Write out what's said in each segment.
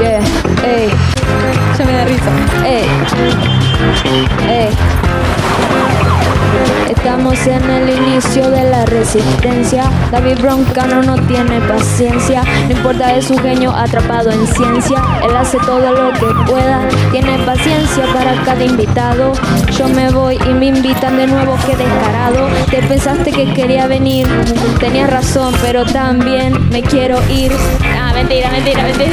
Yeah, ey. Ya me da risa. Ey. Ey. Estamos en el inicio de la resistencia. David Broncano no tiene paciencia. No importa de su genio atrapado en ciencia. Él hace todo lo que pueda. Tiene paciencia para cada invitado. Yo me voy y me invitan de nuevo. Qué descarado. Te pensaste que quería venir. Tenías razón, pero también me quiero ir. Ah, mentira, mentira, mentira.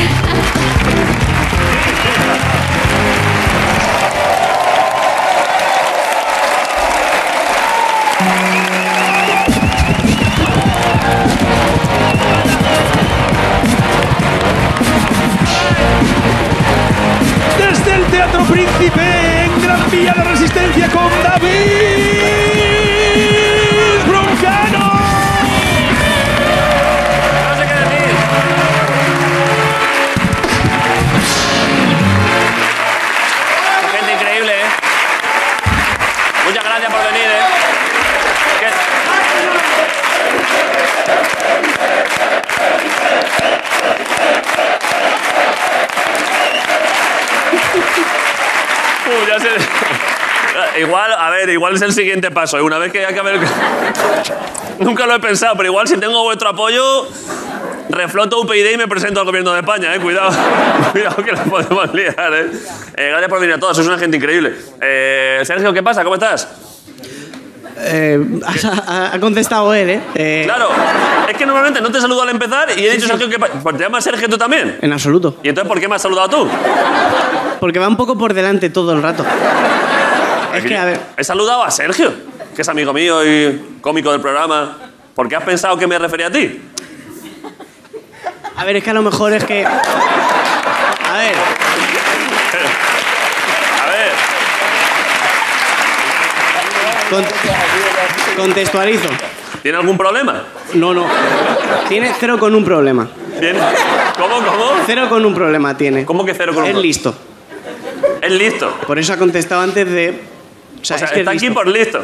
Desde el Teatro Príncipe en Gran Vía La Resistencia con David Broncano. No sé qué decir. Gente increíble, ¿eh? Muchas gracias por venir, ¿eh? Que- Uh, ya sé. Igual, a ver, igual es el siguiente paso. ¿eh? Una vez que acabe el... Nunca lo he pensado, pero igual si tengo vuestro apoyo, refloto UPyD y me presento al gobierno de España, ¿eh? Cuidado, cuidado que la podemos liar, ¿eh? Eh, Gracias por venir a todos, sois una gente increíble. Eh, Sergio, ¿qué pasa? ¿Cómo estás? Eh, ha, ha contestado él, ¿eh? Eh, Claro, es que normalmente no te saludo al empezar y he dicho, Sergio, ¿qué pasa? Pues te llamas Sergio tú también. En absoluto. ¿Y entonces por qué me has saludado tú? Porque va un poco por delante todo el rato. Es que, a ver, He saludado a Sergio, que es amigo mío y cómico del programa. ¿Por qué has pensado que me refería a ti? a ver, es que a lo mejor es que. A ver, A ver, con- contextualizo. ¿tiene algún problema? No, no. Tiene cero con un problema. ¿Tiene- ¿Cómo, cómo? Cero con un problema tiene. ¿Cómo que cero con un Es pro- listo. Es listo. Por eso ha contestado antes de. O sea, O sea, es que es está aquí listo. por listo.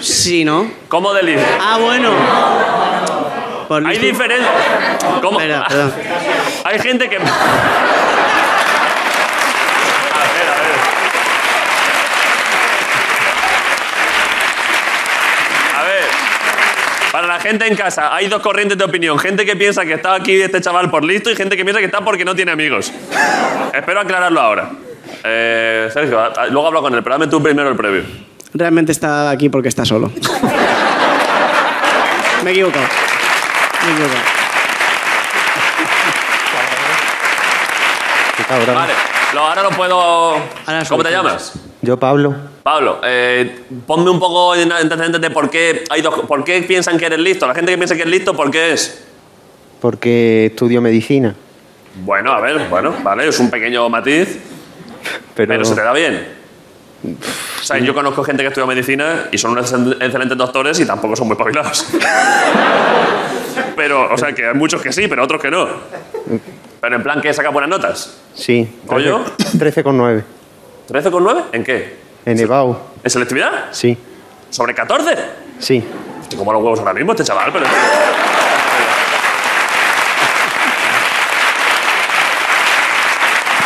Sí, ¿no? ¿Cómo de listo? Ah, bueno. Por Hay listo- diferencia. ¿Cómo? Perdón, perdón. Hay gente que. A ver, a ver. A ver. Para la gente en casa, hay dos corrientes de opinión. Gente que piensa que está aquí este chaval por listo y gente que piensa que está porque no tiene amigos. Espero aclararlo ahora. Eh, Sergio, a- a- luego hablo con él, pero dame tú primero el previo. Realmente está aquí porque está solo. Me he equivocado. Me he equivocado. Qué cabrón. Vale, lo- ahora lo puedo... Ahora ¿Cómo te sueltas. llamas? Yo, Pablo. Pablo, eh, ponme un poco en antecedentes de por qué, hay dos, por qué piensan que eres listo. La gente que piensa que es listo, ¿por qué es? Porque estudio medicina. Bueno, a ver, bueno, vale, es un pequeño matiz, Pero, pero, se te da bien. O sea, yo conozco gente que estudia medicina y son unos excel- excelentes doctores y tampoco son muy espabilados. pero, o sea, que hay muchos que sí, pero otros que no. Pero en plan, que saca buenas notas? Sí. ¿Coño? 13,9. ¿13,9? ¿En qué? En EBAU. ¿En selectividad? Sí. ¿Sobre 14? Sí. Estoy como los huevos ahora mismo este chaval, pero...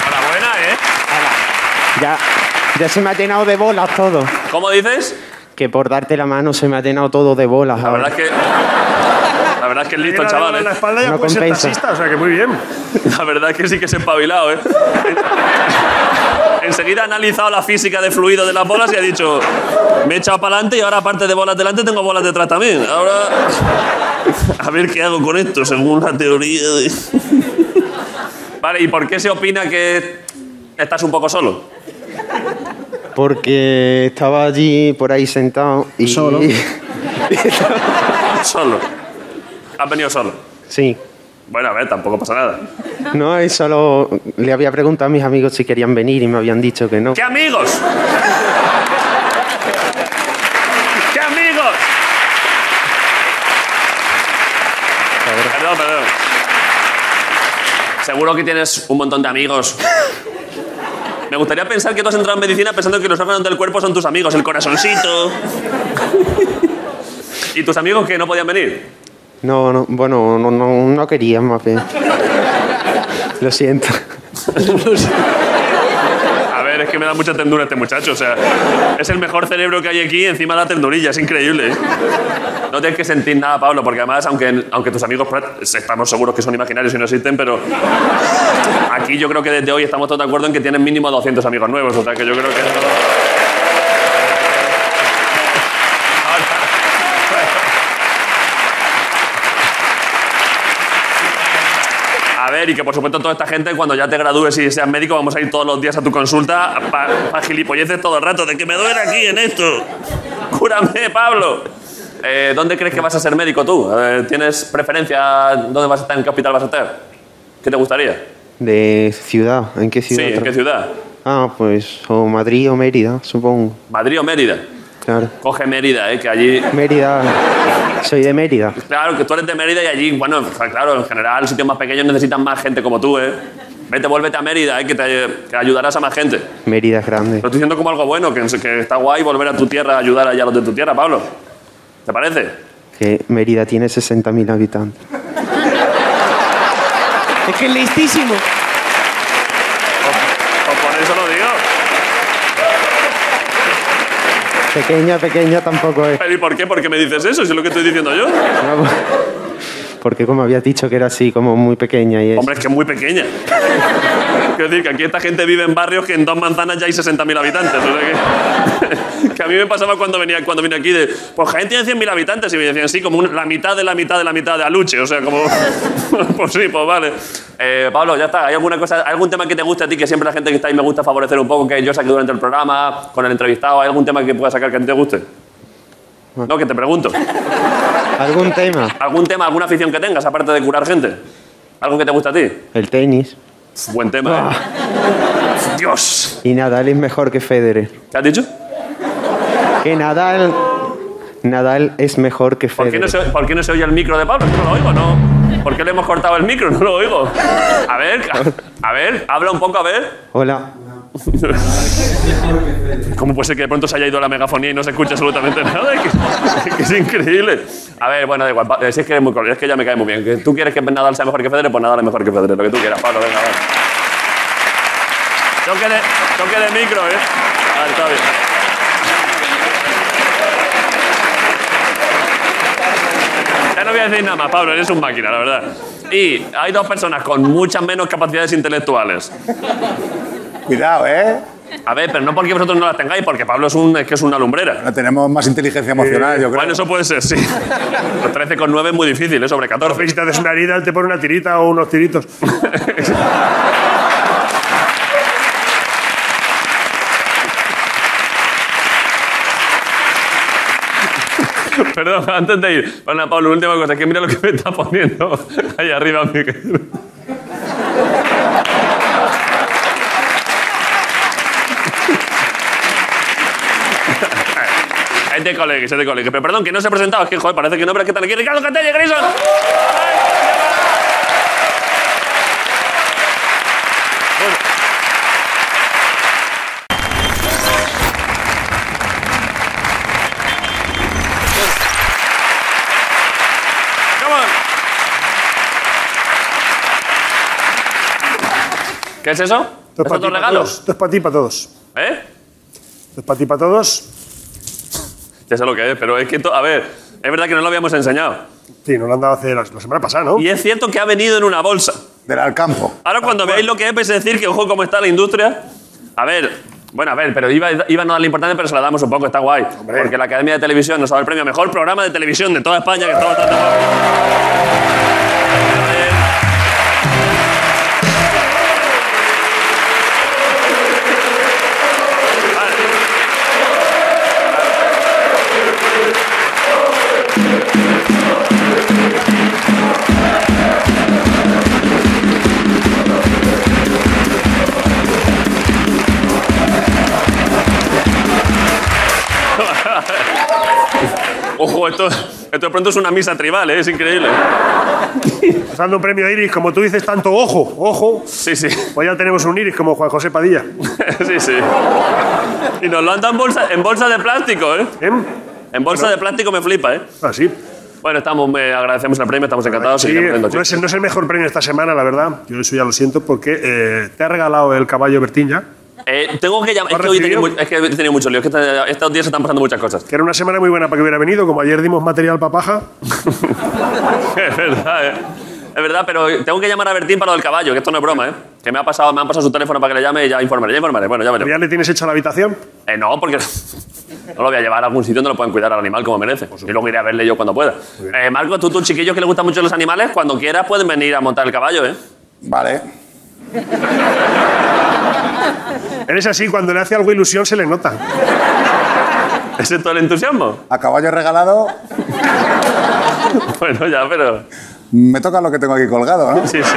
Enhorabuena, ¿eh? Ya, ya se me ha llenado de bolas todo. ¿Cómo dices? Que por darte la mano se me ha llenado todo de bolas. La ahora. verdad es que... La verdad es que es listo el chaval, En la ¿eh? espalda ya No puede ser compensa. taxista, o sea que muy bien. La verdad es que sí que se ha espabilado, ¿eh? Enseguida ha analizado la física de fluido de las bolas y ha dicho... Me he echado para adelante y ahora aparte de bolas delante tengo bolas detrás también. Ahora... A ver qué hago con esto, según la teoría de... Vale, ¿y por qué se opina que estás un poco solo? Porque estaba allí por ahí sentado y. Solo. Solo. Has venido solo. Sí. Bueno, a ver, tampoco pasa nada. No, es solo. Le había preguntado a mis amigos si querían venir y me habían dicho que no. ¡Qué amigos! ¡Qué amigos! Perdón, perdón. Seguro que tienes un montón de amigos. Me gustaría pensar que tú has entrado en medicina pensando que los órganos del cuerpo son tus amigos, el corazoncito. ¿Y tus amigos que no podían venir? No, no, bueno, no, no, no quería más bien. Lo siento. No sé. A ver, es que me da mucha tendura este muchacho. O sea, es el mejor cerebro que hay aquí encima de la tendurilla. Es increíble. ¿eh? No tienes que sentir nada, Pablo, porque además, aunque, aunque tus amigos pra- estamos seguros que son imaginarios y no existen, pero aquí yo creo que desde hoy estamos todos de acuerdo en que tienen mínimo 200 amigos nuevos. O sea, que yo creo que... eso- A ver, y que por supuesto toda esta gente, cuando ya te gradúes y seas médico, vamos a ir todos los días a tu consulta para gilipolleces todo el rato, de que me duele aquí en esto. Cúrame, Pablo. Eh, ¿Dónde crees que vas a ser médico tú? Eh, ¿Tienes preferencia dónde vas a estar, en qué hospital vas a estar? ¿Qué te gustaría? ¿De ciudad? ¿En qué Sí, ciudad? ¿en tra- qué ciudad? Ah, pues o Madrid o Mérida, supongo. ¿Madrid o Mérida? Claro. Coge Mérida, eh, que allí... Mérida. Soy de Mérida. Claro, que tú eres de Mérida y allí, bueno, o sea, claro, en general, sitios más pequeños necesitan más gente como tú, ¿eh? Vete, vuélvete a Mérida, eh, que te que ayudarás a más gente. Mérida es grande. Lo estoy diciendo como algo bueno, que, que está guay volver a tu tierra a ayudar allá a los de tu tierra, Pablo. ¿Te parece? Que Mérida tiene 60.000 habitantes. Es que es listísimo. Pues por eso lo digo. Pequeña, pequeña tampoco es. Pero ¿y por qué? ¿Por qué me dices eso? Si es lo que estoy diciendo yo. No, Porque como habías dicho que era así, como muy pequeña y es. Hombre, es que es muy pequeña. Quiero decir que aquí esta gente vive en barrios que en dos manzanas ya hay 60.000 habitantes. O sea que, que a mí me pasaba cuando venía cuando vine aquí de, pues Jaén tiene 100.000 habitantes y me decían, sí, como un- la mitad de la mitad de la mitad de Aluche. O sea, como, pues sí, pues vale. Eh, Pablo, ya está. ¿Hay alguna cosa, hay algún tema que te guste a ti que siempre la gente que está ahí me gusta favorecer un poco, que yo saque durante el programa, con el entrevistado? ¿Hay algún tema que pueda sacar que a ti te guste? No, que te pregunto. ¿Algún tema? ¿Algún tema, alguna afición que tengas, aparte de curar gente? ¿Algo que te gusta a ti? El tenis. Buen tema, ¿eh? ¡Dios! Y Nadal es mejor que Federer. ¿Qué has dicho? Que Nadal. Nadal es mejor que ¿Por qué, Federer. no se, por qué no se oye el micro de Pablo? Es que No lo oigo, ¿no? ¿Por qué le hemos cortado el micro? No lo oigo. A ver, a, a ver, habla un poco, a ver. Hola. ¿Cómo puede ser que de pronto se haya ido la megafonía y no se escuche absolutamente nada? Es que, es que es increíble. A ver, bueno, da igual. Pa- Si es que, es, muy, col- es que ya me cae muy bien. Que ¿Tú quieres que Nadal sea mejor que Federer? Pues Nadal es mejor que Federer. Lo que tú quieras, Pablo, venga, va. Toque de, toque de micro, ¿eh? Vale, está bien. Ya no voy a decir nada más, Pablo, eres un máquina, la verdad. Y hay dos personas con muchas menos capacidades intelectuales. Cuidado, ¿eh? A ver, pero no porque vosotros no las tengáis, porque Pablo es, un, es que es una lumbrera. No tenemos más inteligencia emocional, Ah, yo creo. Bueno, eso puede ser, sí. Los 13,9 es muy difícil, ¿eh? sobre 14. Si te haces una herida, él te pone una tirita o unos tiritos. Perdón, antes de ir. Bueno, Pablo, última cosa, es que mira lo que me está poniendo ahí arriba, Miguel. Es de colegas, es de colegas. Pero perdón, que no se ha presentado. Es que, joder, parece que no, pero es que tal aquí. ¡Ricardo Cantella, Grison! Come on. ¿Qué es eso? Esto es ¿Estos para dos ti, para todos. regalos? Esto es para ti, para todos. ¿Eh? Esto es para ti, para todos. Ya sé lo que es, pero es que, to- a ver, es verdad que no lo habíamos enseñado. Sí, nos lo han dado hace la, la semana pasada, ¿no? Y es cierto que ha venido en una bolsa. Del Alcampo. Ahora cuando veáis lo que es, vais a decir que ojo cómo está la industria. A ver, bueno, a ver, pero iba, iba a no darle importancia, pero se la damos un poco, está guay. Porque la Academia de Televisión nos ha dado el premio a Mejor Programa de Televisión de toda España, que está bastante guay. A ver. Vale. Ojo, esto, esto de pronto es una misa tribal, ¿eh? es increíble. Nos dando un premio a Iris, como tú dices, tanto ojo, ojo. Sí, sí. Pues ya tenemos un Iris como Juan José Padilla. sí, sí. Y nos lo han dado en bolsa, en bolsa de plástico, ¿eh? ¿Eh? En bolsa de plástico me flipa, ¿eh? Ah, sí. Bueno, estamos, eh, agradecemos el premio, estamos encantados. Sí, seguiremos haciendo no es, el- no es el mejor premio esta semana, la verdad. Yo eso ya lo siento porque eh, te ha regalado el caballo Bertín ya, Eh, tengo que llamar. ¿Lo Es has que hoy he tenido, recibido? mu- es que he tenido mucho lío. Es que esta- estos días se están pasando muchas cosas. que era una semana muy buena para que hubiera venido. Como ayer dimos material para paja, es verdad, ¿eh? Es verdad, pero tengo que llamar a Bertín para lo del caballo, que esto no es broma, ¿eh? Que me, ha pasado, me han pasado su teléfono para que le llame y ya informaré. Ya informaré. Bueno, ya veré. ya le tienes hecha la habitación. Eh, no, porque no lo voy a llevar a algún sitio donde lo pueden cuidar al animal como merece. Y luego iré a verle yo cuando pueda. Eh, Marco, tú, tú, chiquillos que le gustan mucho los animales, cuando quieras pueden venir a montar el caballo, ¿eh? Vale. Eres así, cuando le hace algo ilusión se le nota. ¿Ese es todo el entusiasmo? A caballo regalado, Bueno, ya, pero... me toca lo que tengo aquí colgado, ¿no? Sí, sí.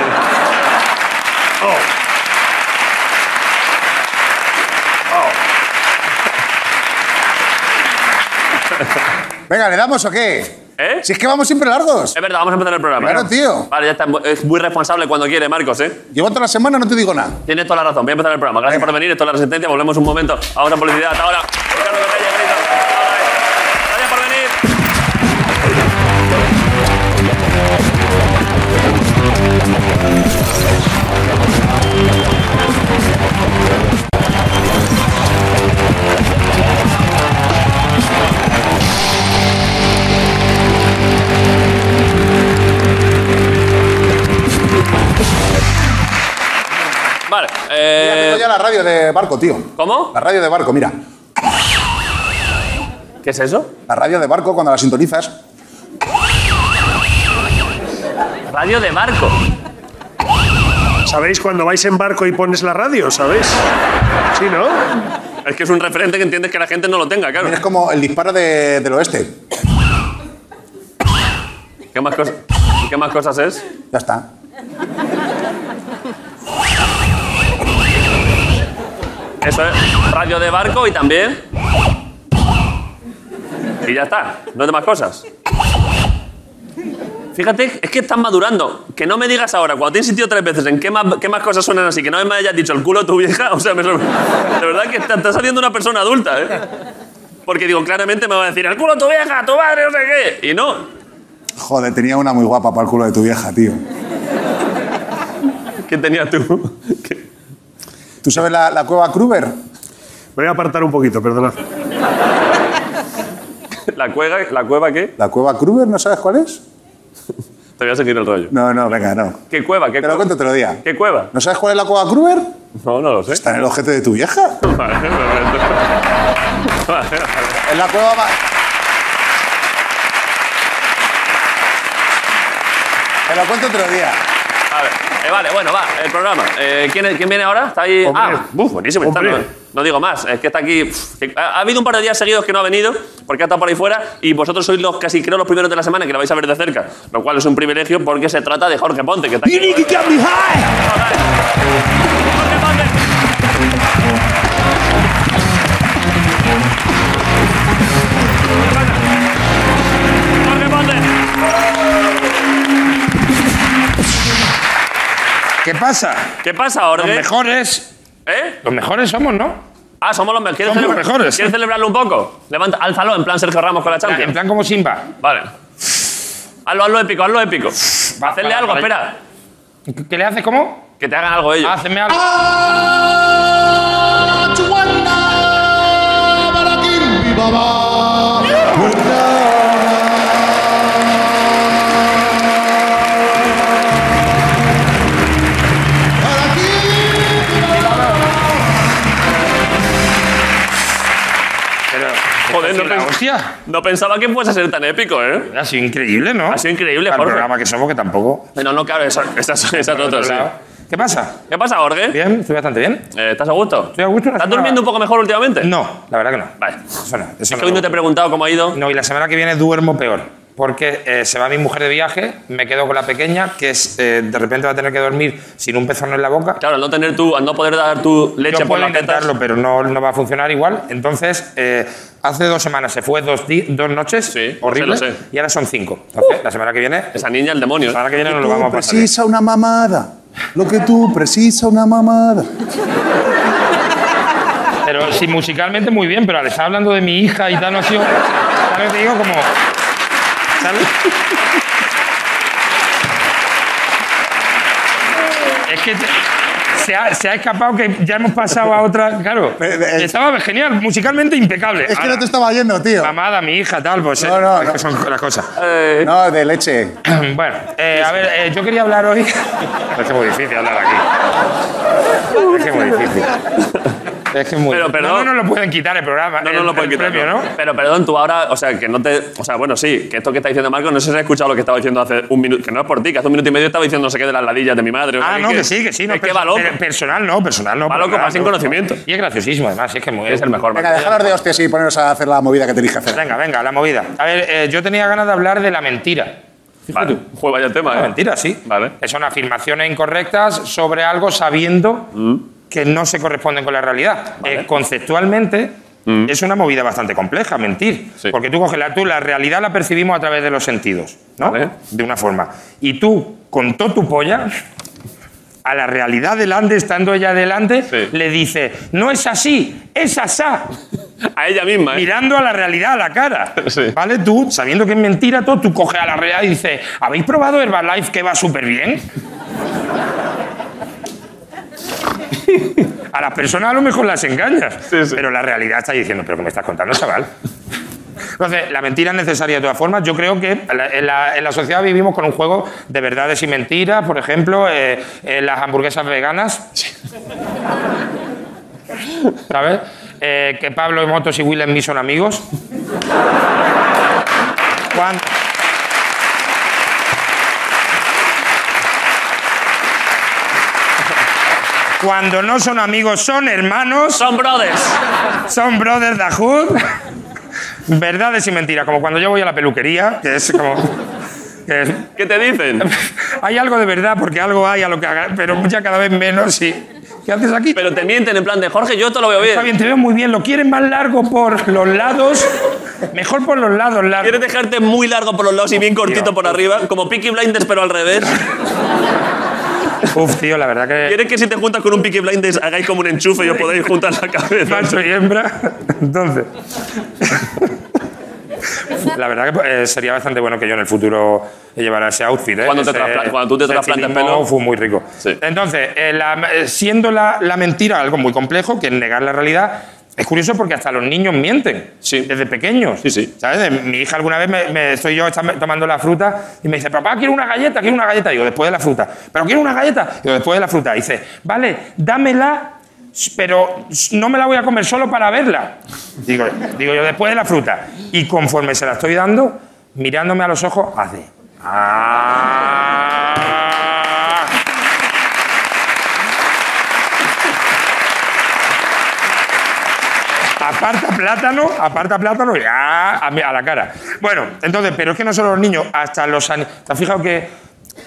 Venga, ¿le damos o qué? ¿Eh? Si es que vamos siempre largos. Es verdad, vamos a empezar el programa. Claro, tío. Vale, ya está. Es muy responsable cuando quiere, Marcos, ¿eh? Llevo toda la semana, no te digo nada. Tienes toda la razón. Voy a empezar el programa. Gracias Venga. por venir. Esto es La Resistencia. Volvemos un momento. Vamos a publicidad. Hasta ahora. Ricardo Capella, Benito. Hasta ahora. Gracias por venir. Vale. Mira, eh, tengo ya la radio de barco, tío. ¿Cómo? La radio de barco, mira. ¿Qué es eso? La radio de barco, cuando la sintonizas, Radio de barco. ¿Sabéis cuando vais en barco y pones la radio? ¿Sabéis? Sí, ¿no? Es que es un referente que entiendes que la gente no lo tenga, claro. es como el disparo de- del oeste. ¿Qué más, cosas? ¿Qué más cosas es? Ya está. Eso es radio de barco y también. Y ya está. No hay más cosas. Fíjate, es que estás madurando. Que no me digas ahora, cuando te he insistido tres veces en qué más, qué más cosas suenan así, que no me hayas dicho el culo de tu vieja. O sea, me sorpre- De verdad que estás saliendo una persona adulta, ¿eh? Porque digo, claramente me va a decir el culo de tu vieja, tu madre, no sé qué. Y no. Joder, tenía una muy guapa para el culo de tu vieja, tío. ¿Qué tenías tú? ¿Qué? ¿Tú sabes la, la cueva Kruger? Me voy a apartar un poquito, perdonad. ¿La, cueva, ¿La cueva qué? ¿La cueva Kruger no sabes cuál es? Te voy a seguir el rollo. No, no, venga, no. ¿Qué cueva? ¿Qué Te lo cueva? cuento otro día. ¿Qué cueva? ¿No sabes cuál es la cueva Kruger? No, no lo sé. Está en el ojete de tu vieja. Vale, perfecto. Vale, vale. Es la cueva más... Te lo cuento otro día. A ver, eh, vale, bueno, va, el programa. Eh, ¿quién, es- quién viene ahora? ¿Está ahí? Hombre, ah, buf, buenísimo. está, hombre. no, no digo más, es que está aquí. pf, que- ha, ha habido un par de días seguidos que no ha venido, porque ha estado por ahí fuera, y vosotros sois los casi creo los primeros de la semana que lo vais a ver de cerca, lo cual es un privilegio porque se trata de Jorge Ponte, que está aquí. Jorge Ponte. Jorge Ponte. ¿Qué pasa? ¿Qué pasa, Jorge? Los mejores. ¿Eh? Los mejores somos, ¿no? Ah, somos los mejores. ¿Quieres, Somos los mejores. ¿Quieres celebrarlo un poco? Levanta, álzalo, en plan Sergio Ramos con la En plan- En Champions. plan como Simba. Vale. Hazlo, hazlo épico, hazlo épico. Va- Hacerle para- algo, para- espera. ¿Qué qué le haces cómo? Que te hagan algo ellos. Hazme algo. Ah, Pero, Joder, no, la pens- hostia. no pensaba que fuese a ser tan épico, ¿eh? Ha sido increíble, ¿no? Ha sido increíble, Para el Jorge. programa que somos, que tampoco. Bueno, no, claro, esa- esas esas Por otro otras, sí. lado. ¿Qué pasa? ¿Qué pasa, Jorge? Bien, estoy bastante bien. Eh, ¿Estás a gusto? Estoy a gusto, la ¿Estás semana- durmiendo un poco mejor últimamente? No, la verdad que no. Vale. Eso no. Es Eso que hoy no te he preguntado cómo ha ido. No, y la semana que viene duermo peor. Porque eh, se va mi mujer de viaje, me quedo con la pequeña, que es, eh, de repente va a tener que dormir sin un pezón en la boca. Claro, al no, tener tu, al no poder dar tu leche Yo por puedo las tetas. intentarlo, pero no, no va a funcionar igual. Entonces, eh, hace dos semanas se fue dos, di- dos noches, Sí, horrible, lo sé, lo sé. y ahora son cinco. Entonces, la semana que viene, Esa niña, el demonio. la ¿eh? semana que viene no lo Tú vamos a pasar. bien. precisa una mamada. Lo que tú precisa una mamada. Pero sí, musicalmente muy bien, pero al estar hablando de mi hija y tal, no ha sido. ¿Sabes? Te digo como. ¿Sale? Es que te- se, ha, se ha escapado que ya hemos pasado a otra. Claro. Eh, eh, Estaba genial, musicalmente impecable. Es que no Ahora, te estaba yendo, tío. Mamada, mi hija, tal, pues. eh, No, no, es que no. son las cosas. No, de leche. Bueno, eh, a ver, eh, yo quería hablar hoy. Es que es muy difícil hablar aquí. Es que es muy difícil. Es que es muy Pero, perdón. No, no nos lo pueden quitar el programa. No, el, no lo pueden el quitar. premio, no. ¿no? Pero perdón, tú ahora, o sea, que no te. O sea, bueno, sí, que esto que está diciendo Marco, no sé si has escuchado lo que estaba diciendo hace un minuto, que no es por ti, que hace un minuto y medio estaba diciendo no sé qué de las ladillas de mi madre. o sea, Ah, no, que sí, que sí. No, es que perso- va loco. per- Personal no, personal no. Va loco, personal, va sin no. conocimiento. Y es graciosísimo, además. Es que es muy- Eres el mejor, Venga, Marco. dejaros de hostias y poneros a hacer la movida que tenéis que hacer. Venga, venga, la movida. A ver, eh, yo tenía ganas de hablar de la mentira. Vale. Joder, vaya tema, La ¿eh? mentira, sí. Vale. Que son afirmaciones incorrectas sobre algo sabiendo Mm. que no se corresponden con la realidad. Eh, conceptualmente es una movida bastante compleja, mentir. Mm. Sí. Porque tú coges la, tú, la realidad la percibimos a través de los sentidos, ¿no? Vale. De una forma. Y tú, con todo tu polla, a la realidad delante, estando ella delante, Sí. le dices, no es así, es asá A ella misma, ¿eh? mirando a la realidad a la cara. Sí. ¿Vale? Tú, sabiendo que es mentira todo, tú coges a la realidad y dices, ¿habéis probado Herbalife que va súper bien? A las personas a lo mejor las engañas, Sí, sí. pero la realidad está diciendo, pero ¿qué me estás contando, chaval? Entonces, la mentira es necesaria de todas formas. Yo creo que en la, en la- en la sociedad vivimos con un juego de verdades y mentiras. Por ejemplo, eh, eh, las hamburguesas veganas. ¿Sabes? Eh, que Pablo Motos y Will Smith son amigos. Juan. Cuando no son amigos, son hermanos. Son brothers. Son brothers da hood. Verdades y mentiras, como cuando yo voy a la peluquería, que es como. que es- ¿Qué te dicen? hay algo de verdad, porque algo hay a lo que haga, pero ya cada vez menos. Y, ¿Qué haces aquí? Pero te mienten en plan de Jorge, yo te lo veo Está bien. bien, te veo muy bien. Lo quieren más largo por los lados. Mejor por los lados, largo. ¿Quieres dejarte muy largo por los lados y bien cortito por arriba? Como Peaky Blinders, pero al revés. Uf, tío, la verdad que. ¿Quieres que si te juntas con un Peaky Blinders hagáis como un enchufe y os podáis juntar la cabeza? macho y hembra. Entonces. La verdad que eh, sería bastante bueno que yo en el futuro llevara ese outfit. ¿eh? Cuando te Ese- traspla- cuando tú te ese trasplantes estilismo pelo. Fue muy rico. Sí. Entonces, eh, la- eh, siendo la, la mentira algo muy complejo, que es negar la realidad, es curioso porque hasta los niños mienten Sí. desde pequeños. Sí, sí. ¿Sabes? Mi hija alguna vez me, me- estoy yo tam- tomando la fruta y me dice, papá, quiero una galleta, quiero una galleta. Digo, después de la fruta. Pero quiero una galleta. Digo, después de la fruta. Dice, vale, dámela, pero no me la voy a comer solo para verla. Digo, digo yo, después de la fruta. Y conforme se la estoy dando, mirándome a los ojos, hace. "Ah". Aparta plátano, aparta plátano y ¡ah! a, mi- a la cara. Bueno, entonces, pero es que no solo los niños, hasta los animales. ¿Te has fijado que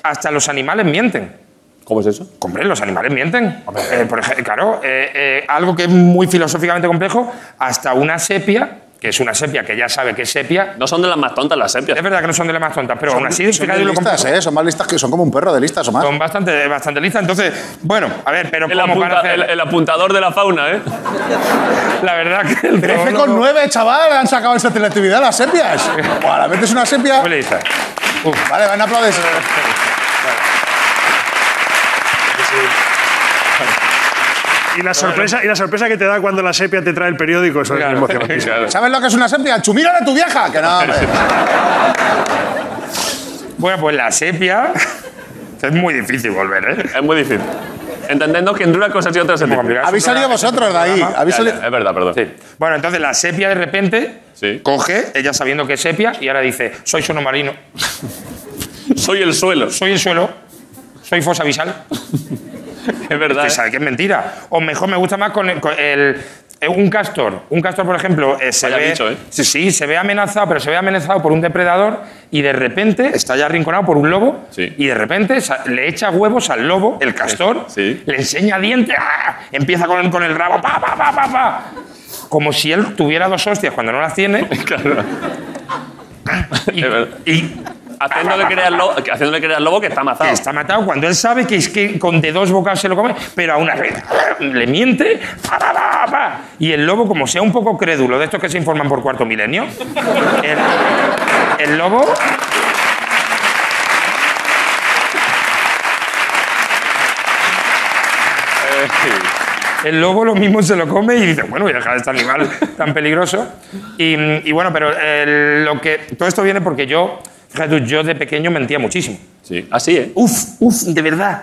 hasta los animales mienten? ¿Cómo es eso? Hombre, los animales mienten. Eh, por ejemplo, claro, eh, eh, algo que es muy filosóficamente complejo, hasta una sepia, que es una sepia que ya sabe que es sepia, No son de las más tontas las sepias. es verdad que no son de las más tontas, pero aún así, Son fíjate muy lo complejo. listas, ¿eh? Son más listas que son como un perro de listas o más. Son bastante, bastante listas. Entonces, bueno, a ver, pero El, como apunta- para hacer- el- el apuntador de la fauna, ¿eh? la verdad que el 13 con zoólogo- 9, chaval, han sacado esa selectividad las sepias. Buah, la metes una sepia. Muy lista. Vale, van a aplaudir. Y la, sorpresa, y la sorpresa que te da cuando la sepia te trae el periódico, eso es emocionante. ¿Sabes lo que es una sepia? ¡El chumiro de tu vieja! Que no, hombre. Bueno, pues la sepia. Es muy difícil volver, ¿eh? Es muy difícil. Entendiendo que entre unas cosas y otras se Muy dicen. complicado. Habéis Es un salido programa- vosotros de ahí. Habéis Ya, salido... ya, Es verdad, perdón. Sí. Bueno, entonces la sepia de repente Sí. coge, ella sabiendo que es sepia, y ahora dice: Soy sono marino, Soy el suelo. soy el suelo, soy fosa visal. Es verdad. Que ¿eh? sabe que es mentira. O mejor me gusta más con el. con el- eh, un castor, un castor, por ejemplo, eh, se, Vaya ve, bicho, ¿eh? sí, sí, se ve amenazado, pero se ve amenazado por un depredador y de repente está ya arrinconado por un lobo Sí. y de repente sa- le echa huevos al lobo, el castor, Sí. le enseña dientes, ¡ah! empieza con el, con el rabo, pa, pa, pa, pa, pa. como si él tuviera dos hostias cuando no las tiene Claro. y, Es verdad. y Haciéndole creer, al lobo, haciéndole creer al lobo que está que amazado. está matado cuando él sabe que es que con de dos bocas se lo come, pero aún así eh, le miente. pa, pa, pa, pa. Y el lobo, como sea un poco crédulo de estos que se informan por cuarto milenio, el- el lobo. El lobo lo mismo se lo come y dice, bueno, voy a dejar a este animal tan peligroso. Y, y bueno, pero eh, lo que, todo esto viene porque yo, fíjate tú, yo de pequeño mentía muchísimo. Sí. Así, ¿eh? Uf, uf, de verdad.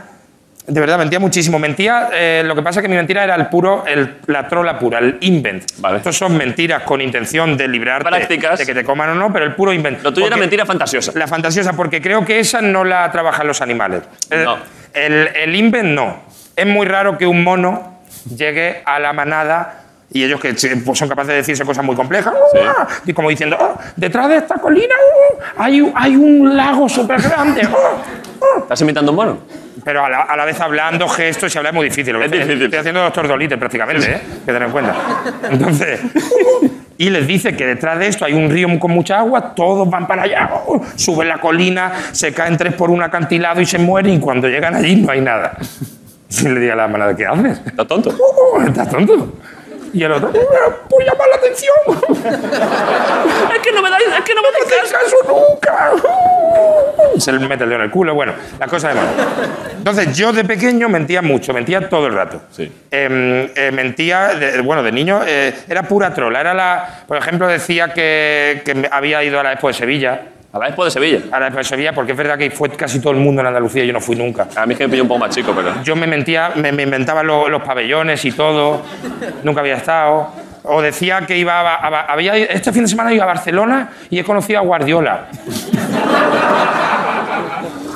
De verdad, mentía muchísimo. Mentía, eh, lo que pasa es que mi mentira era el puro, el, la trola pura, el invent. Vale. Estos son mentiras con intención de librarte Prácticas. de que te coman o no, pero el puro invent. Lo tuyo era Porque- mentira fantasiosa. La fantasiosa, porque creo que esa no la trabajan los animales. Eh, No. El, el invent no. Es muy raro que un mono llegue a la manada y ellos que se- pues, son capaces de decirse cosas muy complejas, ¡Uah! y como diciendo, "Oh, detrás de esta colina uh, hay, un- hay un lago ¡oh! súper grande. ¿Estás imitando un mono? Pero a la, a la vez hablando, gestos y hablar es muy difícil. Lo que Es estoy- difícil. Estoy haciendo Doctor Dolittle prácticamente, ¿eh? que tener en cuenta. Entonces, y les dice que detrás de esto hay un río con mucha agua, todos van para allá, ¡oh! suben la colina, se caen tres por un acantilado y se mueren, y cuando llegan allí no hay nada. Y le diga a la manada, ¿qué haces? ¿Estás tonto? ¡Oh, estás tonto! Y el otro, ¡oh, por llamar la atención, Es que no me dais, es que no me no te dais caso nunca. Se le mete el dedo en el culo. Bueno, la cosa es mala. Entonces, yo de pequeño mentía mucho, mentía todo el rato. Sí. Eh, eh, mentía, de- bueno, de niño eh, era pura trola. Era la, por ejemplo, decía que, que me había ido a la Expo de Sevilla. A la Expo de Sevilla. A la Expo de Sevilla, porque es verdad que fue casi todo el mundo en Andalucía y yo no fui nunca. A mí es que me pillo un poco más chico, pero... Yo me mentía, me, me inventaba lo- los pabellones y todo. Nunca había estado. O decía que iba a, a- había, este fin de semana iba a Barcelona y he conocido a Guardiola.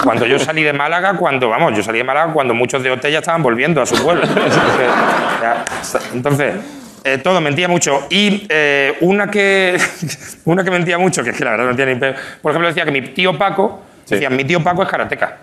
Cuando yo salí de Málaga, cuando, vamos, yo salí de Málaga cuando muchos de Otella estaban volviendo a su pueblo. Ya, Entonces, eh, todo mentía mucho. Y eh, una, que, una que mentía mucho, que es que la verdad no tiene ni pe- Por ejemplo, decía que mi tío Paco, Sí. decía, mi tío Paco es karateca.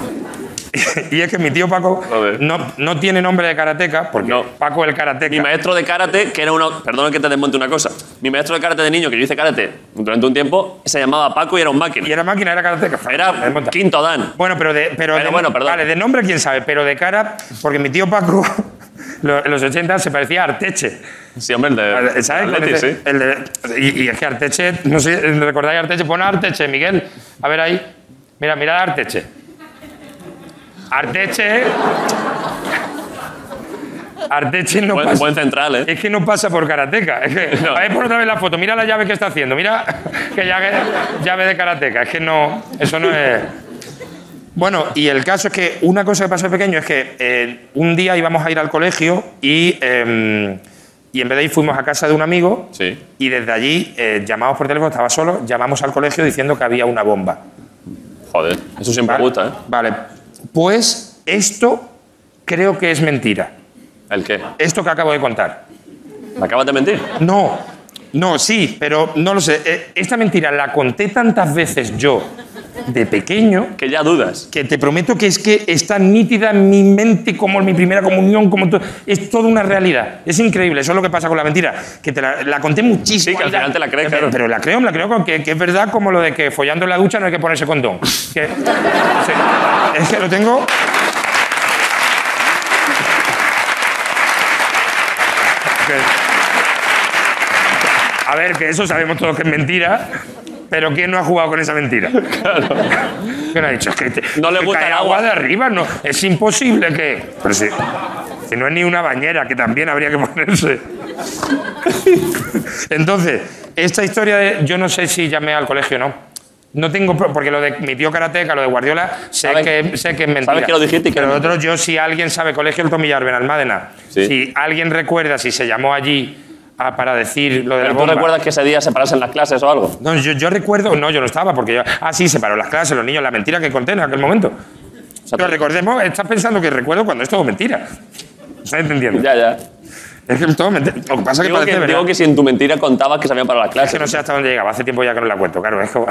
y es que mi tío Paco Joder. no, no tiene nombre de karateca, porque No. Paco el karateca. Mi maestro de karate, que era uno. Perdona que te desmonte una cosa. Mi maestro de karate de niño, que yo hice karate durante un tiempo, se llamaba Paco y era un máquina. y era máquina, era karateca. Me Era desmonta. quinto dan. Bueno, pero de, pero Bueno, de- bueno, perdón. Vale, de nombre quién sabe, pero de cara, porque mi tío Paco lo- en los 80 se parecía a Arteche. Sí, hombre, el de. ¿Sabes? el Atleti, Con Eh, sí. ese- el de- y, y es que Arteche, no sé, ¿recordáis Arteche? Pon Arteche, Miguel. A ver ahí. Mira, mirad a Arteche. Arteche. Arteche no Buen, pasa. buen central, ¿eh? Es que no pasa por karateca. Es que, No. A ver, pon otra vez la foto. Mira la llave que está haciendo. Mira que llave, llave de karateca. Es que no. Eso no es. Bueno, y el caso es que una cosa que pasó de pequeño es que eh, un día íbamos a ir al colegio y, eh, y en vez de ir fuimos a casa de un amigo Sí. y desde allí eh, llamamos por teléfono, estaba solo, llamamos al colegio diciendo que había una bomba. Joder, eso siempre ¿vale? gusta, ¿eh? Vale, pues esto creo que es mentira, ¿El qué? esto que acabo de contar. ¿Me acabas de mentir? No, no, sí, pero no lo sé. Eh, Esta mentira la conté tantas veces yo de pequeño Que ya dudas. que te prometo que es que está nítida en mi mente como en mi primera comunión, como to- es toda una realidad. Es increíble, eso es lo que pasa con la mentira, que te la, la conté muchísimo. Sí, que al y la- final te la crees, pero, claro. pero la creo, la creo con que, que es verdad como lo de que follando en la ducha no hay que ponerse condón. Que- sí, es que lo tengo... Que- a ver, que eso sabemos todos que es mentira, pero ¿quién no ha jugado con esa mentira? ¿Quién ha dicho? Es que te- No le que gusta cae el agua. agua de arriba, no. Es imposible que. Pero si, si no es ni una bañera, que también habría que ponerse. Entonces, esta historia de. Yo no sé si llamé al colegio o no. No tengo. pro- Porque lo de mi tío Karateca, lo de Guardiola, sé, ¿Sabes? que, sé que es mentira. ¿Sabes que lo dijiste y que Pero era otro, yo, si alguien sabe, colegio El Tomillar, Benalmádena. Sí. Si alguien recuerda si se llamó allí a- para decir lo de la ¿Pero tú bomba. recuerdas que ese día se parasen las clases o algo? No, yo, yo recuerdo, no, yo no estaba, porque yo. Ah, sí, se paró las clases, los niños, la mentira que conté en aquel momento. O sea, Pero recordemos, estás pensando que recuerdo cuando es todo mentira. ¿Estás entendiendo? Ya, ya. Es que es todo mentira. Lo que pasa es que Digo parece que, verdad. digo que si en tu mentira contabas que se habían parado las Es que clases. no sé hasta dónde llegaba, hace tiempo ya que no la cuento, claro, es como...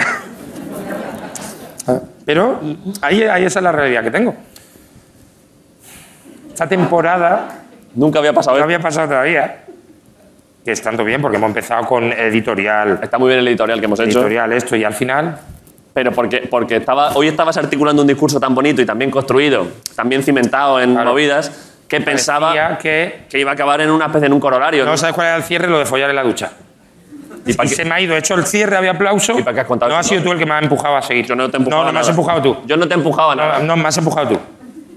Pero ahí, ahí esa es la realidad que tengo. Esta temporada Nunca había pasado no esto. había pasado todavía, que es tanto bien porque hemos empezado con editorial, Está muy bien el editorial que hemos hecho. editorial esto y al final... Pero porque, porque estaba, hoy estabas articulando un discurso tan bonito y tan bien construido, tan bien cimentado en Claro. movidas, que pensaba parecía que... que iba a acabar en una especie en un corolario. No sabes cuál era el cierre, lo de follar en la ducha. ¿Y pa' Y qué? se me ha ido, he hecho el cierre, había aplauso. ¿Y para qué has contado No eso, has sido no? tú el que me has empujado a seguir. Yo no te he empujado No, no me has nada. empujado tú. Yo no te he empujado a nada. No, no, me has empujado tú.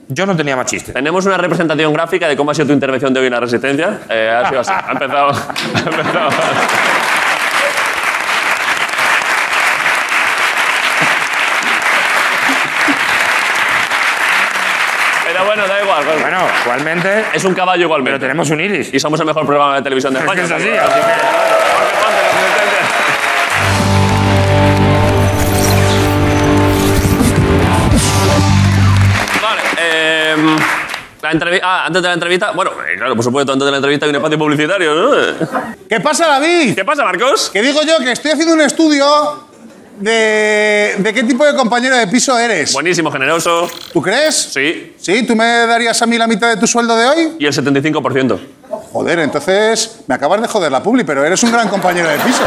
Yo no tenía más chistes. Tenemos una representación gráfica de cómo ha sido tu intervención de hoy en la Resistencia. Eh, ha sido así. Ha empezado. Ha empezado. Pero bueno, da igual. Jorge. Bueno, igualmente, Es un caballo pero igualmente. tenemos un iris. Y somos el mejor programa de televisión de Es España. que es así, Jorge así que- Ponte, la Resistencia. Vale, em, la entrevi- ah, antes de la entrevista, bueno, eh, claro, por supuesto, antes de la entrevista hay un espacio publicitario, ¿no? ¿Qué pasa, David? ¿Qué pasa, Marcos? Que digo yo que estoy haciendo un estudio de, de qué tipo de compañero de piso eres. Buenísimo, generoso, ¿Tú crees? sí, ¿Sí? ¿Tú me darías a mí la mitad de tu sueldo de hoy? y el 75%. Joder, entonces me acabas de joder la publi, pero eres un gran compañero de piso.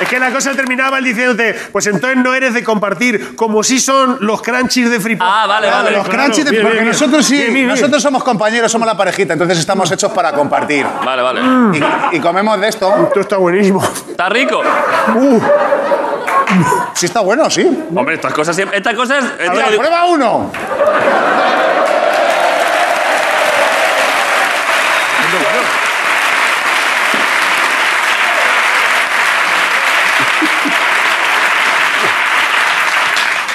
Es que la cosa terminaba él diciéndote, pues entonces no eres de compartir, como si son los crunchies de Freeport. Ah, vale, Claro, vale. los claro, crunchies de- bien, porque bien, bien. nosotros sí, Bien, bien, bien. nosotros somos compañeros, somos la parejita, entonces estamos hechos para compartir. Vale, vale. Y, y comemos de esto. Esto está buenísimo. Uh, Está rico. Sí está bueno, sí. Hombre, estas cosas siempre. Estas cosas. eh, te A lo ver, digo- prueba uno.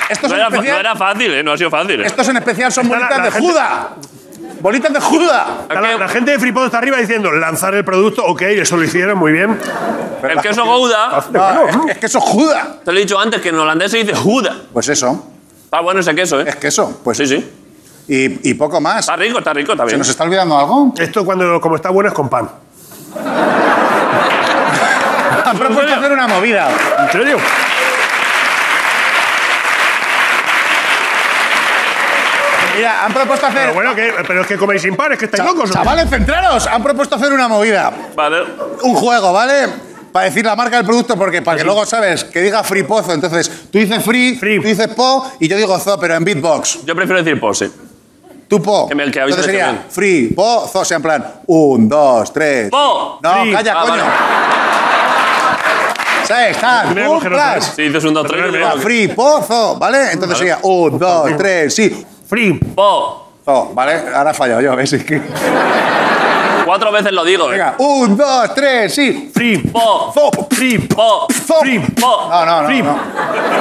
Estos no, en era, fa- no especial, era fácil, ¿eh? No ha sido fácil. eh. estos en especial son Está la- bolitas la de gente- juda. Bolitas de juda. Está La, que- la gente de Freeport está arriba diciendo, lanzar el producto, ok, eso lo hicieron, muy bien. El queso Gouda, No, Ah, es, es que eso es juda. te lo he dicho antes, que en holandés se dice Juda. Pues eso, Está bueno ese queso, ¿eh? es que eso. Pues Sí, sí. Y, y poco más. Está rico, está rico, está ¿Se bien. nos está olvidando algo? Esto cuando, como está bueno, es con pan. Han propuesto hacer una movida. ¿En serio? Mira, han propuesto hacer. Pero bueno, que, pero es que coméis sin pan, es que estáis Cha- locos. ¿o qué? Chavales, centraros. Han propuesto hacer una movida. Vale. Un juego, ¿vale? Para decir la marca del producto, porque para que luego sabes que diga free pozo. Entonces, tú dices free, Free. tú dices po y yo digo zo, pero en beatbox. Yo prefiero decir pose. Tú po. Que me- que habéis Entonces hecho sería bien. free, po, zo, o sea, en plan, un, dos, tres. Po, No, free. calla, Ah, coño. ¿Sabes? Está. Mira, Un, coge los plas. tres. Si dices un, dos, tres, yo Perdón, digo Va, que- Free, pozo, ¿vale? Entonces sería un, dos, tres, sí. Free. Po. Zo, ¿vale? Ahora he fallado yo, ¿ves? Es que- Cuatro veces lo digo, ¿eh? Venga, un, dos, tres, sí. Free. Po. Zo, Free. Po. zo. Free. Po. No, no, no. Free. no.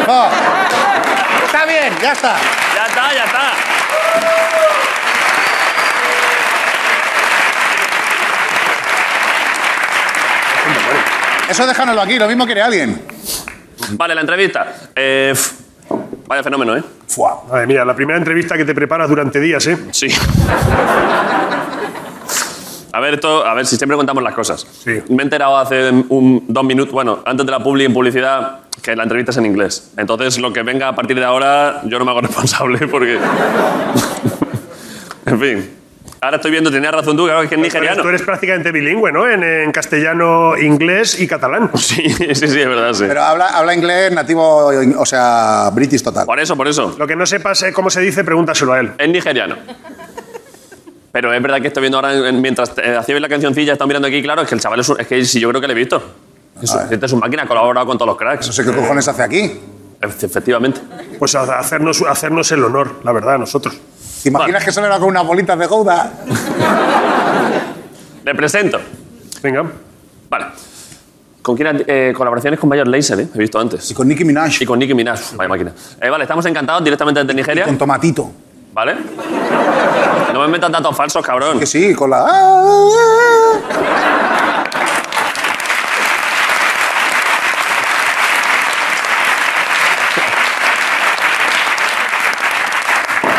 Zo. Está bien, ya está. Ya está, ya está. Eso déjanoslo aquí, lo mismo quiere alguien. Vale, la entrevista. Eh, f- vaya fenómeno, ¿eh? Fua. Madre mía, la primera entrevista que te preparas durante días, ¿eh? Sí. A ver, esto- a ver si siempre contamos las cosas. Sí. Me he enterado hace un, dos minutos, bueno, antes de la publi en publicidad, que la entrevista es en inglés. Entonces, lo que venga a partir de ahora, yo no me hago responsable porque. en fin. Ahora estoy viendo, tenías razón tú, claro, que es nigeriano. Tú eres prácticamente bilingüe, ¿no? En, en castellano, inglés y catalán. Sí, sí, sí, es verdad, sí. Pero habla, habla inglés nativo, o sea, british total. Por eso, por eso. Lo que no sepas eh, cómo se dice, pregúntaselo a él. Es nigeriano. Pero es verdad que estoy viendo ahora, en- mientras eh, hacía la cancioncilla, estaba mirando aquí, claro, es que el chaval es, un- es que sí, yo creo que le he visto. Es, un- este es un máquina, ha colaborado con todos los cracks. No sé qué cojones hace aquí. Efe- Efectivamente. Pues a- hacernos, hacernos el honor, la verdad, a nosotros. ¿Te imaginas que solo era con unas bolitas de gouda? Le presento. Venga. Vale. ¿Con quién? has- eh, colaboraciones con Major Laser, ¿eh? He visto antes. Y con Nicki Minaj. Y con Nicki Minaj. Uf, Vaya máquina. Eh, vale, estamos encantados directamente desde Nigeria. Con Tomatito. ¿Vale? No me metas datos falsos, cabrón. Que sí, con la...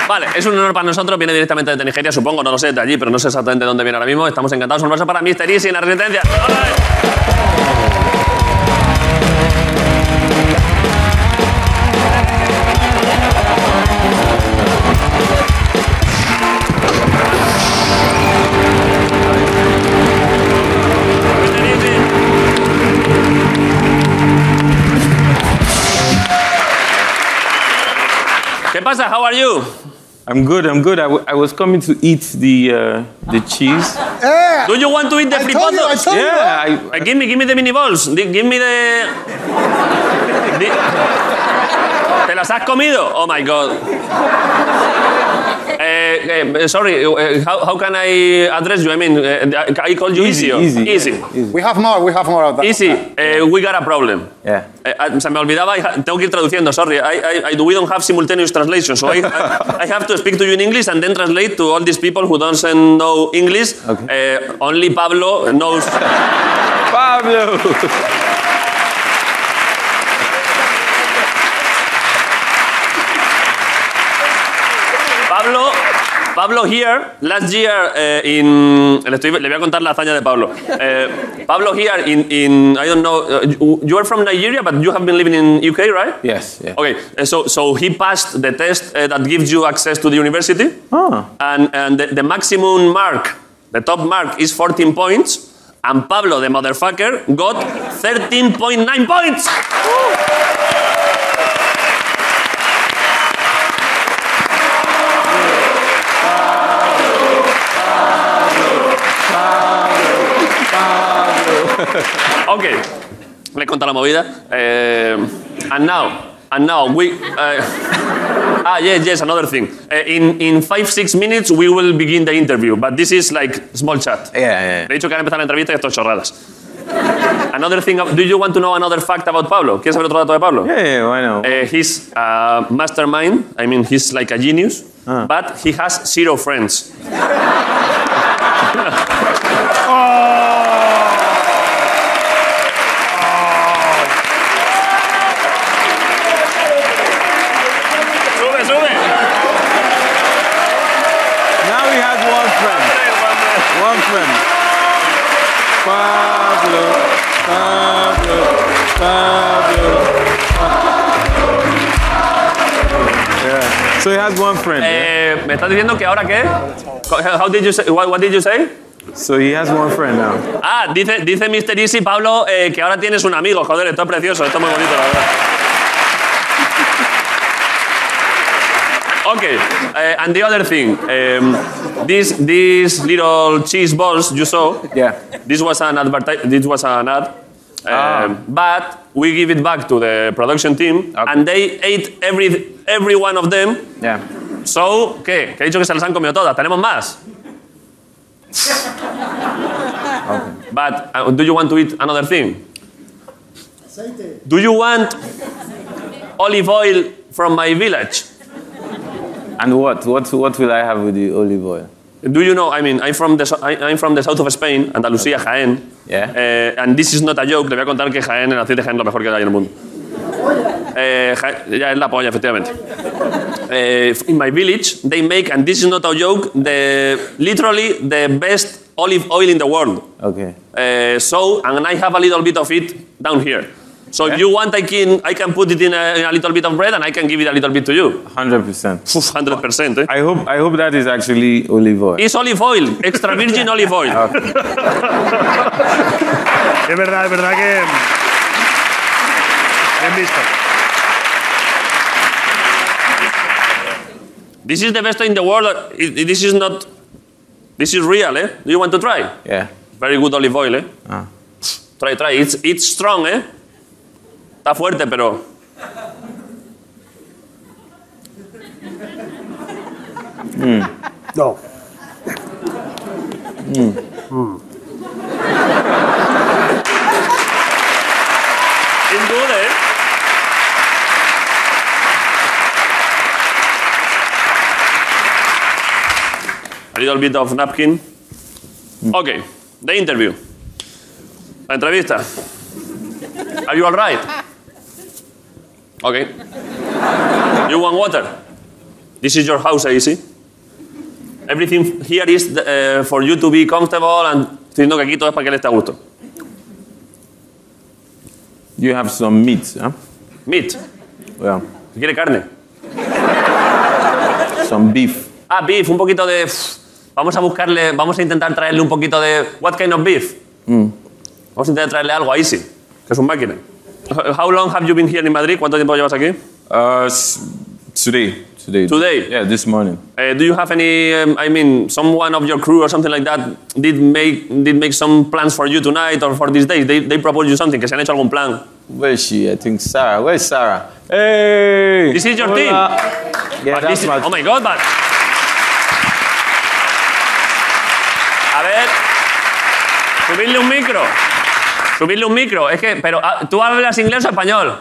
Vale, es un honor para nosotros. Viene directamente desde Nigeria, supongo. No lo sé, de allí, pero no sé exactamente dónde viene ahora mismo. Estamos encantados. Un abrazo para Mr. Easy en la Resistencia. ¡Hola! Mr. Easy. ¿Qué pasa? How are you? I'm good, I'm good. I, w- I was coming to eat the, uh, the cheese. Eh, Do you want to eat the I told you, I flipozos? told you. Yeah, I, Uh, give me, give me the mini balls. Di- Give me the. Di- ¿Te las has comido? Oh my god. Eh, eh, sorry, eh, how, how can I address you? I mean, eh, I call you Easy, Izzy. easy, Easy. We have more, we have more of that. Izzy, eh, we got a problem. yeah. Eh, ah, se me olvidaba, I ha- tengo que ir traduciendo, sorry. I, I, I- we don't have simultaneous translation, so I, I, I have to speak to you in English and then translate to all these people who don't know English. Eh, only Pablo knows. Pablo! Pablo, Pablo here, last year eh, in... Le, estoy- le voy a contar la hazaña de Pablo. Eh, Pablo here in, in... I don't know... uh, you- you are from Nigeria, but you have been living in UK, right? Yes, yeah. Okay, eh, so, so he passed the test eh, that gives you access to the university. Oh. Ah. And, and the, the maximum mark, the top mark is 14 points. And Pablo, the motherfucker, got 13.9 points. Ok. Le conta la movida. Eh, and now, and now we. eh, ah, yes, yes, another thing. Eh, in, in five, six minutes we will begin the interview, but this is like small chat. Yeah, yeah, Le he dicho que van a empezar la entrevista y esto es chorradas. Another thing, do you want to know another fact about Pablo? ¿Quieres saber otro dato de Pablo? yeah. Yeah, why not? Eh, he's a mastermind. I mean, he's like a genius, but he has zero friends. Oh. Sube, sube. Now we have one friend. One friend. Pablo. Pablo. Pablo. Yeah. So he has one friend. yeah? Eh, ¿Me estás diciendo que ahora qué? How did you say, what, what did you say? So he has one friend now. Ah, dice, dice Mr. Easy, Pablo, eh, que ahora tienes un amigo. Joder, esto es precioso, esto es muy bonito, la verdad. Ok, eh, and the other thing. em, this, these little cheese balls you saw, Yeah. this was an, adverti- this was an ad. em, Ah. But we give it back to the production team Okay. and they ate every, every one of them. Yeah. So, ¿qué? Que he dicho que se las han comido todas. ¿Tenemos más? But uh, do you want to eat another thing? Do you want olive oil from my village? And what? What what will I have with the olive oil? Do you know? I mean, I'm from the so- I- I'm from the south of Spain, Andalucía, Jaén. Yeah. Eh, and this is not a joke. Le voy a contar que Jaén, el aceite de Jaén, es lo mejor que hay en el mundo. Eh, Ja- ya es la polla, efectivamente. Eh, in my village, they make, and this is not a joke, the literally the best olive oil in the world. Okay. Eh, so, and I have a little bit of it down here. So if you want, I can I can put it in a, in a little bit of bread, and I can give it a little bit to you. Hundred percent. Puf, 100%. Eh? I hope I hope that is actually olive oil. It's olive oil, extra virgin olive oil. Es verdad, es verdad que. mm, Bien visto. This is the best in the world. I- This is not. This is real, eh? Do you want to try? Yeah. Very good olive oil, eh? Ah. Try, try. It's, it's strong, eh? Está fuerte, pero. No. It's good, eh? A little bit of napkin. Okay, the interview. La entrevista. Are you all right? Okay. You want water? This is your house, I see. Everything here is eh, for you to be comfortable and estoy diciendo que aquí todo es para que le esté a gusto. You have some meat, huh? Meat. Yeah. ¿Quiere carne? Some beef. Ah, beef, un poquito de. Vamos a buscarle, vamos a intentar traerle un poquito de. What kind of beef? Vamos a intentar traerle algo a Easy, que es un máquina. How long have you been here in Madrid? ¿Cuánto tiempo llevas aquí? Uh, s- Today. Today. Today? Yeah, this morning. Uh, do you have any? Um, I mean, someone of your crew or something like that did make did make some plans for you tonight or for these days. They, they proposed you something. Que se han hecho algún plan. Where is she? I think Sarah. Where is Sarah? Hey! This is your Hola. team. Yeah, But that's this is- my oh my God, but. A ver, subidle un micro. Subidle un micro. Es que, pero, ah, ¿tú hablas inglés o español?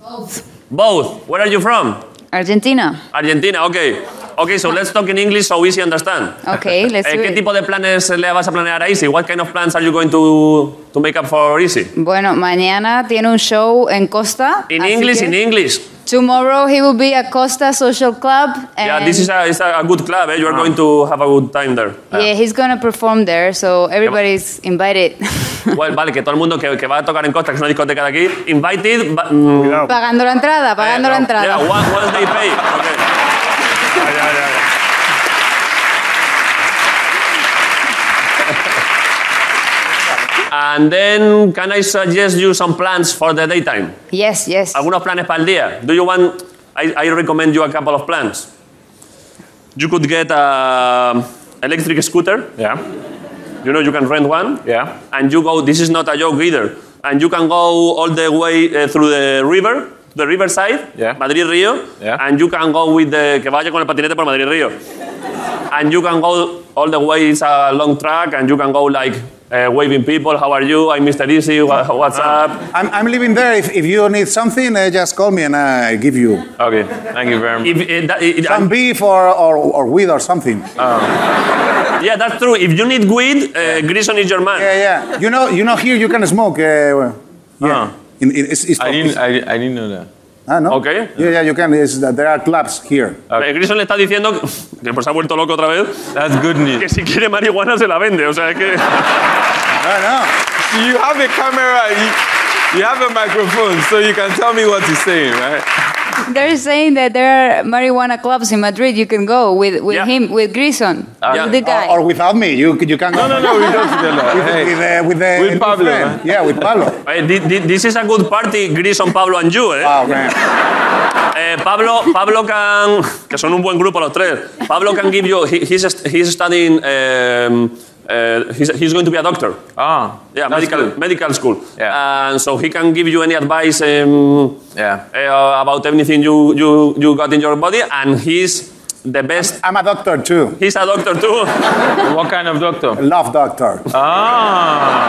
Both. Both. Where are you from? Argentina. Argentina, okay. Okay, so let's talk in English so easy understand. Okay, let's Eh, do ¿Qué it. tipo de planes le vas a planear a Easy? What kind of plans are you going to, to make up for Easy? Bueno, mañana tiene un show en Costa. In así English, que in English. Tomorrow he will be at Costa Social Club. And Yeah, this is a, it's a, a good club. Eh? You are going to have a good time there. em, yeah, he's gonna perform there, so everybody's invited. Well, vale, que todo el mundo que, que va a tocar en Costa, que es una discoteca de aquí, invited. but- mm, Cuidado. pagando la entrada, pagando la eh, entrada. Yeah, once, once they pay. Okay. Ya, ya, ya. And then, can I suggest you some plans for the daytime? Yes, yes. Algunos planes para el día. Do you want? I, I recommend you a couple of plans. You could get a electric scooter. Yeah. You know, you can rent one. Yeah. and you go this is not a joke either and you can go all the way uh, through the river the riverside Yeah. madrid rio Yeah. and you can go with the que vaya con el patinete por madrid rio and you can go all the way it's a long track and you can go like uh, waving people how are you i'm mr easy wha- what's up I'm, I'm living there. If, if you need something, uh, just call me and I give you Okay. Thank you very much. if, eh, that- eh, some beef or, or, or weed or something. Yeah, yeah that's true if you need weed uh, grison is your man yeah. You know, you know here you can smoke. Uh, well, yeah. Ah. In, in, it's, it's I didn't, I, I didn't know that. Ah, no? Okay. Yeah, yeah, you can. It's, there are clubs here. Eh, grison le está diciendo que, que pues se ha vuelto loco otra vez That's good que news. si quiere marihuana se la vende o sea es que I You have a camera, you, you have a microphone, so you can tell me what you're saying, right? They're saying that there are marijuana clubs in Madrid. You can go with, with Yeah. him, with Grison, Ah, yeah. the know. guy. Or, or without me. You, you can go. No, no, no, we don't together. With, Hey. uh, with, the With new Pablo, friend. eh? Yeah, with Pablo. eh, thi- thi- this is a good party grison pablo and you Ah. eh? Wow, Oh, man. Eh, Pablo, Pablo can, que son un buen grupo los tres. Pablo can give you, he- he's, he's studying, um, uh, he's, he's going to be a doctor. Ah. Yeah, that's medical, good. medical school. Yeah. And so he can give you any advice um, Yeah. uh, about anything you, you, you got in your body. And he's the best. I'm a doctor too. He's a doctor too. What kind of doctor? Love doctor. Ah.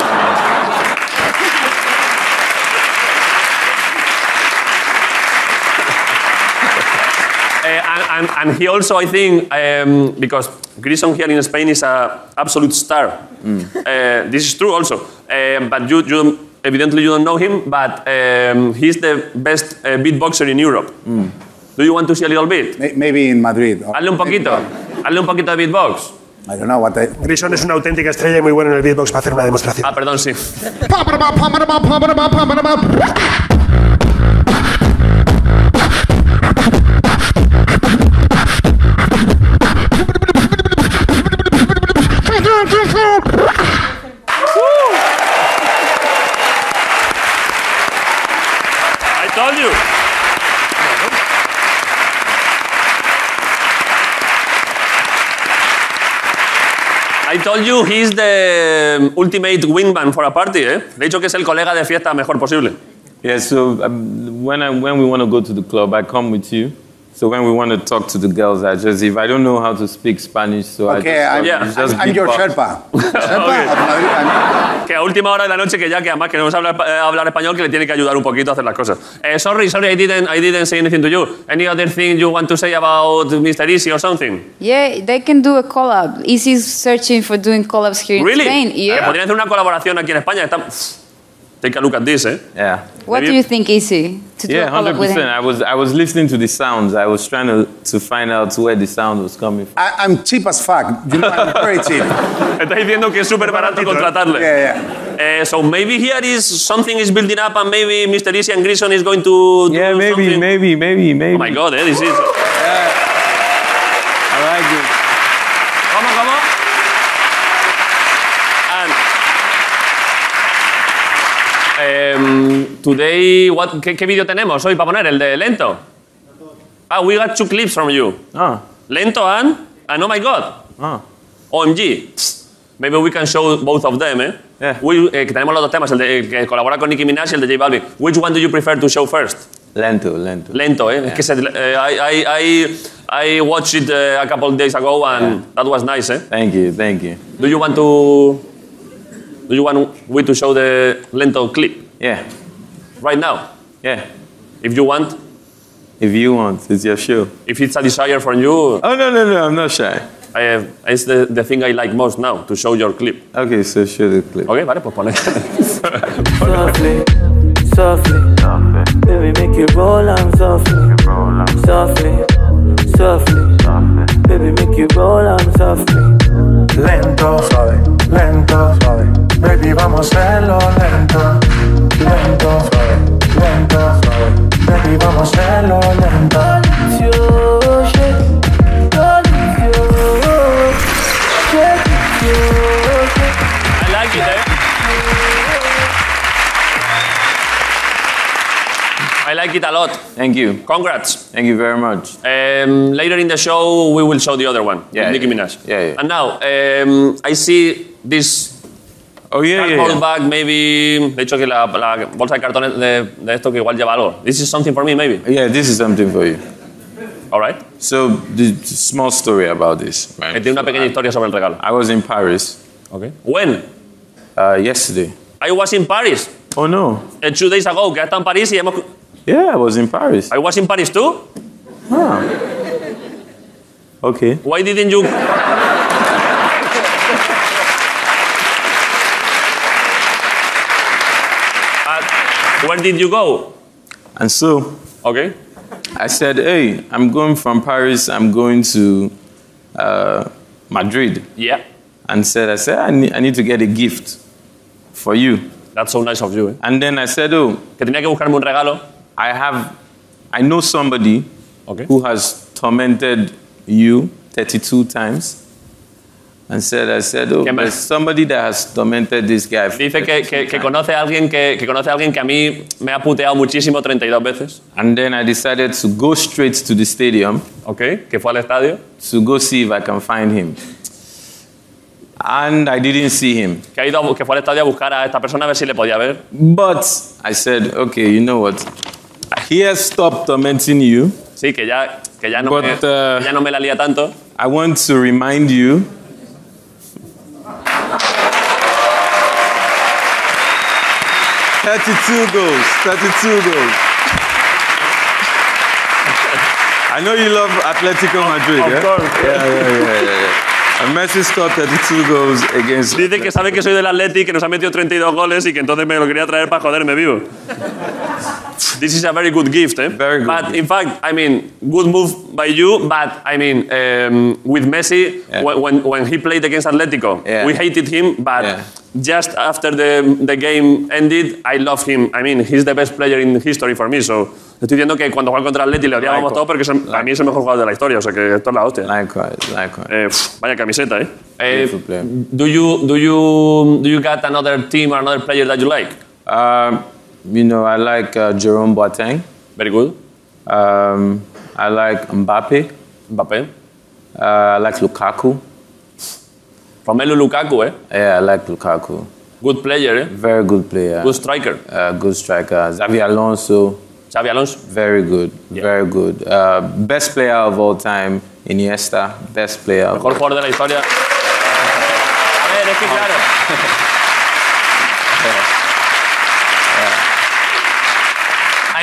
Uh, and, and, and he also, I think, um, because Grison here in Spain is a absolute star. Uh, this is true also. Um, but you, you don't- evidently you don't know him, but um, he's the best uh, beatboxer in Europe. Do you want to see a little bit? May- Maybe in Madrid. or- Hazle un poquito. Hazle un poquito de beatbox. I don't know what I. Grison es una auténtica estrella y muy bueno en el beatbox para hacer una demostración. Ah, perdón, sí. I told you. I told you he's the ultimate wingman for a party, ¿eh? De hecho que es el colega de fiesta mejor posible. Yeah, so um, when, I, when we want to go to the club, I come with you. So when we want to talk to the girls, I just, if I don't know how to speak Spanish, so Okay, I just, I'm, yeah, it's just I'm, I'm your beatbox. Sherpa. Sherpa of Madrid. I'm- Que a última hora de la noche, que ya que además que no sabe hablar, eh, hablar español, que le tiene que ayudar un poquito a hacer las cosas. Eh, sorry, sorry, I didn't, I didn't say anything to you. Any other thing you want to say about Mr. Easy or something? yeah, they can do a collab. Easy's searching for doing collabs here in Really? Spain. Eh, Yeah. podrían hacer una colaboración aquí en España. Está... Take a look at this, ¿eh? Yeah. What do maybe- you think, Easy, to do Yeah, a collab with 100%. him? I was, I was listening to the sounds. I was trying to, to find out where the sound was coming from. I, I'm cheap as fuck. You know, I'm very cheap. Está diciendo que es súper barato contratarle. Yeah, yeah. Eh, so maybe here is something is building up and maybe Mr. Easy and Grison is going to do Yeah, maybe, something. maybe, maybe, maybe. Oh my God, eh? This I is... like it. ¿Cómo, cómo? And, um, Em, today, what, ¿qué, qué vídeo tenemos hoy para poner? ¿El de lento? Ah, we got two clips from you. Ah. Lento and, and oh my god, Ah. OMG. Psst. Maybe we can show both of them, eh? Yeah. We- eh, que tenemos los dos temas, el, de, el que colabora con Nicki Minaj y el de J Balvin. Which one do you prefer to show first? Lento, lento. Lento, eh? Es que se, eh, I, I, I, I watched it eh, a couple of days ago and that was nice, eh? Thank you, thank you. Do you want to... Do you want we to show the Lento clip Yeah, right now? yeah. If you want, If you want, it's your show. if it's a desire from you, Oh, no, no, no, I'm not shy. I, it's the, the thing I like most now, to show your clip. Okay, so show the clip. Ok, vale, pues ponle. softly, softly. Baby, make it roll on softly, softly, softly. Baby, make it roll on softly. Lento, suave, lento, suave. Baby, vamos a hacerlo lento. Lento, suave, lento, suave. Baby, vamos a hacerlo lento. I like it, eh? I like it a lot. Thank you. Congrats. Thank you very much. Um, later in the show, we will show the other one, Yeah, Nicki yeah. Minaj. Yeah, yeah. And now, um, I see this Oh, yeah, yeah, cardboard yeah. bag, maybe. De hecho, que la, la bolsa de cartones de, de esto que igual lleva algo. This is something for me, maybe. Yeah, this is something for you. All right. So, the small story about this. Que Right? tiene una pequeña historia sobre el regalo. I was in Paris Okay. When? uh, yesterday. I was in Paris Oh, no. uh, two days ago. Que está en París y hemos. Yeah, I was in Paris. I was in Paris too. Ah. Okay. Why didn't you? Uh, where did you go? And so, Okay. I said, hey, I'm going from Paris, I'm going to uh, Madrid. Yeah. And said, I said, I need, I need to get a gift for you. That's so nice of you. Eh? And then I said, oh, Que tenía que buscarme un regalo. I have, I know somebody Okay. who has tormented you 32 times. And said, I said, oh, ¿Quién there's más? somebody that has tormented this guy. for Dice que, 32 que- que times." conoce a alguien que, que conoce a alguien que a mí me ha puteado muchísimo 32 veces. And then I decided to go straight to the stadium Okay. Que fue al estadio. to go see if I can find him. And I didn't see him. Que ha ido a bu- que fue al estadio a buscar a esta persona a ver si le podía ver. But I said, okay, you know what? I here stop tormenting you. Sí, que ya que ya no eh, But, me, uh, que ya no me la lía tanto. I want to remind you. Thirty-two goals. Thirty-two goals. I know you love Atletico Madrid, of yeah? course. Yeah, yeah, yeah, yeah, yeah. And Messi scored 32 goals against. Dice que sabe que soy del Atleti, que nos ha metido 32 goles y que entonces me lo quería traer para joderme vivo. This is a very good gift, eh? Very good But gift. in fact, I mean, good move by you. But I mean, um, with Messi, Yeah. when, when when he played against Atletico, Yeah. we hated him. But Yeah. just after the the game ended, I love him. I mean, he's the best player in history for me. So estoy diciendo que cuando jugaba contra Atleti le odiábamos Laico. todo porque es el- para mí es el mejor jugador de la historia. O sea que esto es la hostia. Likewise, likewise. Eh, pf, vaya camiseta, eh. Eh, Beautiful player. do you do you do you got another team or another player that you like? Um, you know, I like uh, Jerome Boateng. Very good. Um, I like Mbappe. Mbappé. Uh, I like Lukaku. Romelu Lukaku, eh. Yeah, I like Lukaku. Good player, eh. Very good player. Good striker. uh, good striker. Xavi Alonso, Xavi Alonso. very good. Very good. Uh, best player of all time, Iniesta. Best player. of- Mejor jugador de la historia. A ver, es que claro.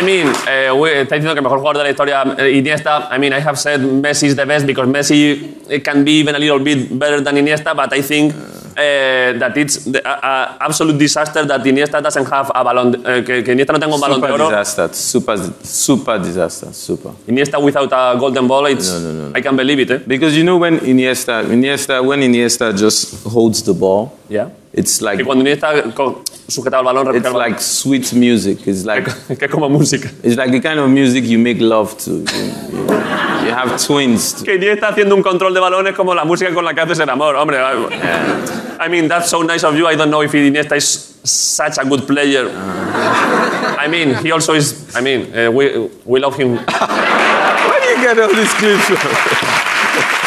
I mean, eh, we- está diciendo que el mejor jugador de la historia, eh, Iniesta. I mean, I have said Messi is the best because Messi eh, can be even a little bit better than Iniesta, but I think eh, that it's the, a- a absolute disaster that Iniesta doesn't have a balón, de- eh, que, que Iniesta no tenga un balón de Super oro. disaster. Super, super disaster. Super. Iniesta without a golden ball, it's, I can believe it. Eh? Because you know when Iniesta, Iniesta, when Iniesta just holds the ball, Yeah. it's like Que cuando Iniesta co- sujetaba el balón, recogía it's el balón. like sweet music. It's like que es como música. it's like the kind of music you make love to. You, you- you have twins. To. Que Iniesta está haciendo un control de balones como la música con la que haces el amor, hombre. I mean, that's so nice of you. I don't know if Iniesta is such a good player. I mean, he also is. I mean, eh, we, we love him. Where do you I get all these clips from?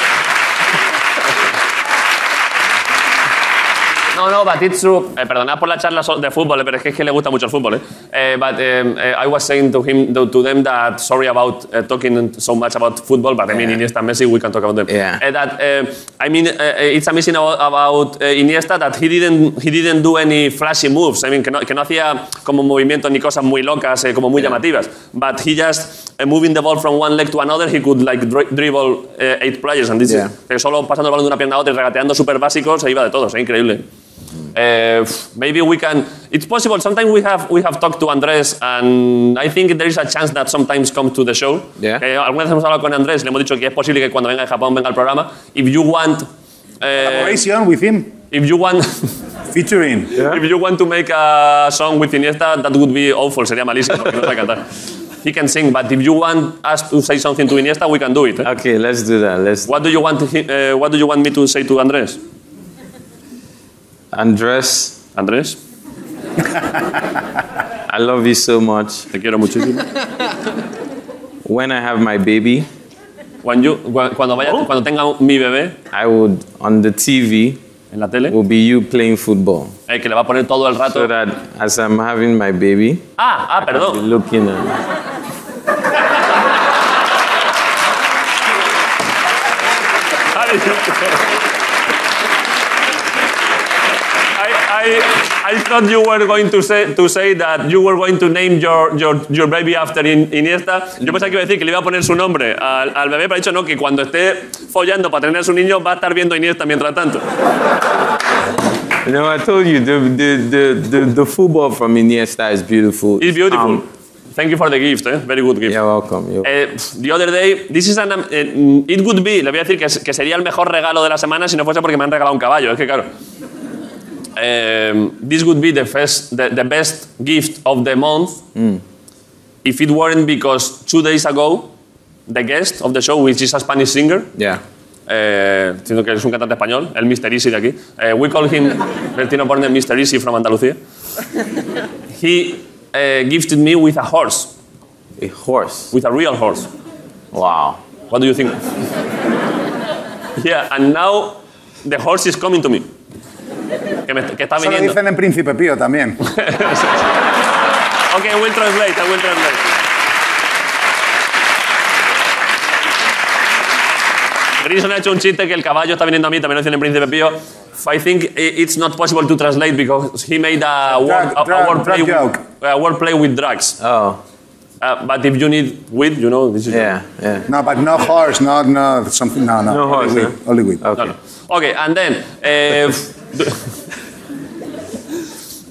No, no, but it's true. Eh, perdonad por la charla so- de fútbol, eh, pero es que, es que le gusta mucho el fútbol. Eh. Eh, but um, eh, I was saying to him, to, to them that sorry about eh, talking so much about football, but I mean Iniesta, Messi, we can talk about them. Eh, that eh, I mean eh, eh, it's amazing about, about eh, Iniesta that he didn't he didn't do any flashy moves. I mean que no, que no hacía como movimientos ni cosas muy locas, eh, como muy llamativas. But he just eh, moving the ball from one leg to another, he could like dri- dribble eh, eight players and this is- Yeah. que solo pasando el balón de una pierna a otra y regateando súper básicos se iba de todos, eh, increíble. Uh, maybe we can. It's possible. Sometimes we have we have talked to Andrés, and I think there is a chance that sometimes come to the show. Yeah. Que alguna vez hemos hablado con Andrés, le hemos dicho que es posible que cuando venga de Japón venga al programa. If you want. uh, Collaboration with him. If you want. Featuring. If you want to make a song with Iniesta, that would be awful. Sería malísimo porque no sabe cantar. He can sing, but if you want us to say something to Iniesta, we can do it. Okay, let's do that. Let's. What do you want? Him, uh, what do you want me to say to Andrés? Andres. Andres. I love you so much. Te quiero muchísimo. When I have my baby. When you, cuando vaya, cuando tenga mi bebé. I would on the TV. En la tele. Will be you playing football. Eh, que le va a poner todo el rato. So that as I'm having my baby. Ah, ah, I'll perdón. be looking at. Ah, I, I, I thought you were going to say, to say that you were going to name your, your, your baby after In- Iniesta. Yo pensaba que iba a decir que le iba a poner su nombre al, al bebé, pero ha dicho no, que cuando esté follando para tener a su niño va a estar viendo a Iniesta mientras tanto. You know, I told you the the the the, the football from Iniesta is beautiful. It's beautiful. Thank you for the gift, eh? very good gift. You're welcome. You're Eh, the other day, this is an, am- eh, mm, it would be, le voy a decir que, es- que sería el mejor regalo de la semana si no fuese porque me han regalado un caballo, es que claro. Eh, this would be the, first, the, the best gift of the month Mm. if it weren't because two days ago, the guest of the show, which is a Spanish singer, Yeah. eh, siendo que es un cantante español, el Mr. Easy de aquí, eh, we call him Bertino Borne Mr. Easy from Andalucía, he eh, gifted me with a horse. A horse? With a real horse. Wow. What do you think? yeah, and now the horse is coming to me. Que, me- que está Eso lo viniendo. dicen en Príncipe Pío también. Okay, I will translate. I will translate. Grison ha hecho un chiste que el caballo está viniendo a mí, también lo dicen en Príncipe Pío. I think i- it's not possible to translate because he made a word, a, drug- a word play drug joke. with, a word play with drugs. Oh. Uh, but if you need weed, you know, this is. Yeah, yeah. No, but no horse, no, no, something, no, no. No only horse, eh? Oh. weed, Only weed. No, no. Okay, and then. eh,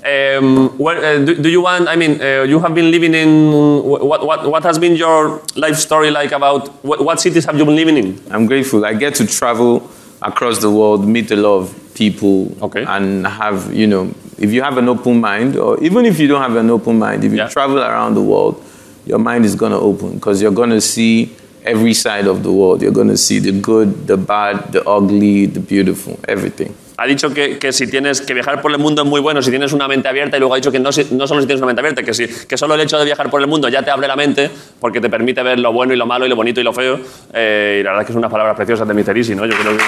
Um, where, uh, do, do you want? I mean, uh, you have been living in what, what? What has been your life story like? About what, what cities have you been living in? I'm grateful. I get to travel across the world, meet a lot of people, and have, you know, if you have an open mind, or even if you don't have an open mind, if you travel around the world, your mind is going to open because you're going to see every side of the world. You're going to see the good, the bad, the ugly, the beautiful, everything. Ha dicho que, que si tienes que viajar por el mundo es muy bueno si tienes una mente abierta y luego ha dicho que no, si- no solo si tienes una mente abierta, que, si, que solo el hecho de viajar por el mundo ya te abre la mente porque te permite ver lo bueno y lo malo y lo bonito y lo feo. Eh, y la verdad es que son unas palabras preciosas de Mr. Easy, ¿no? Yo creo que...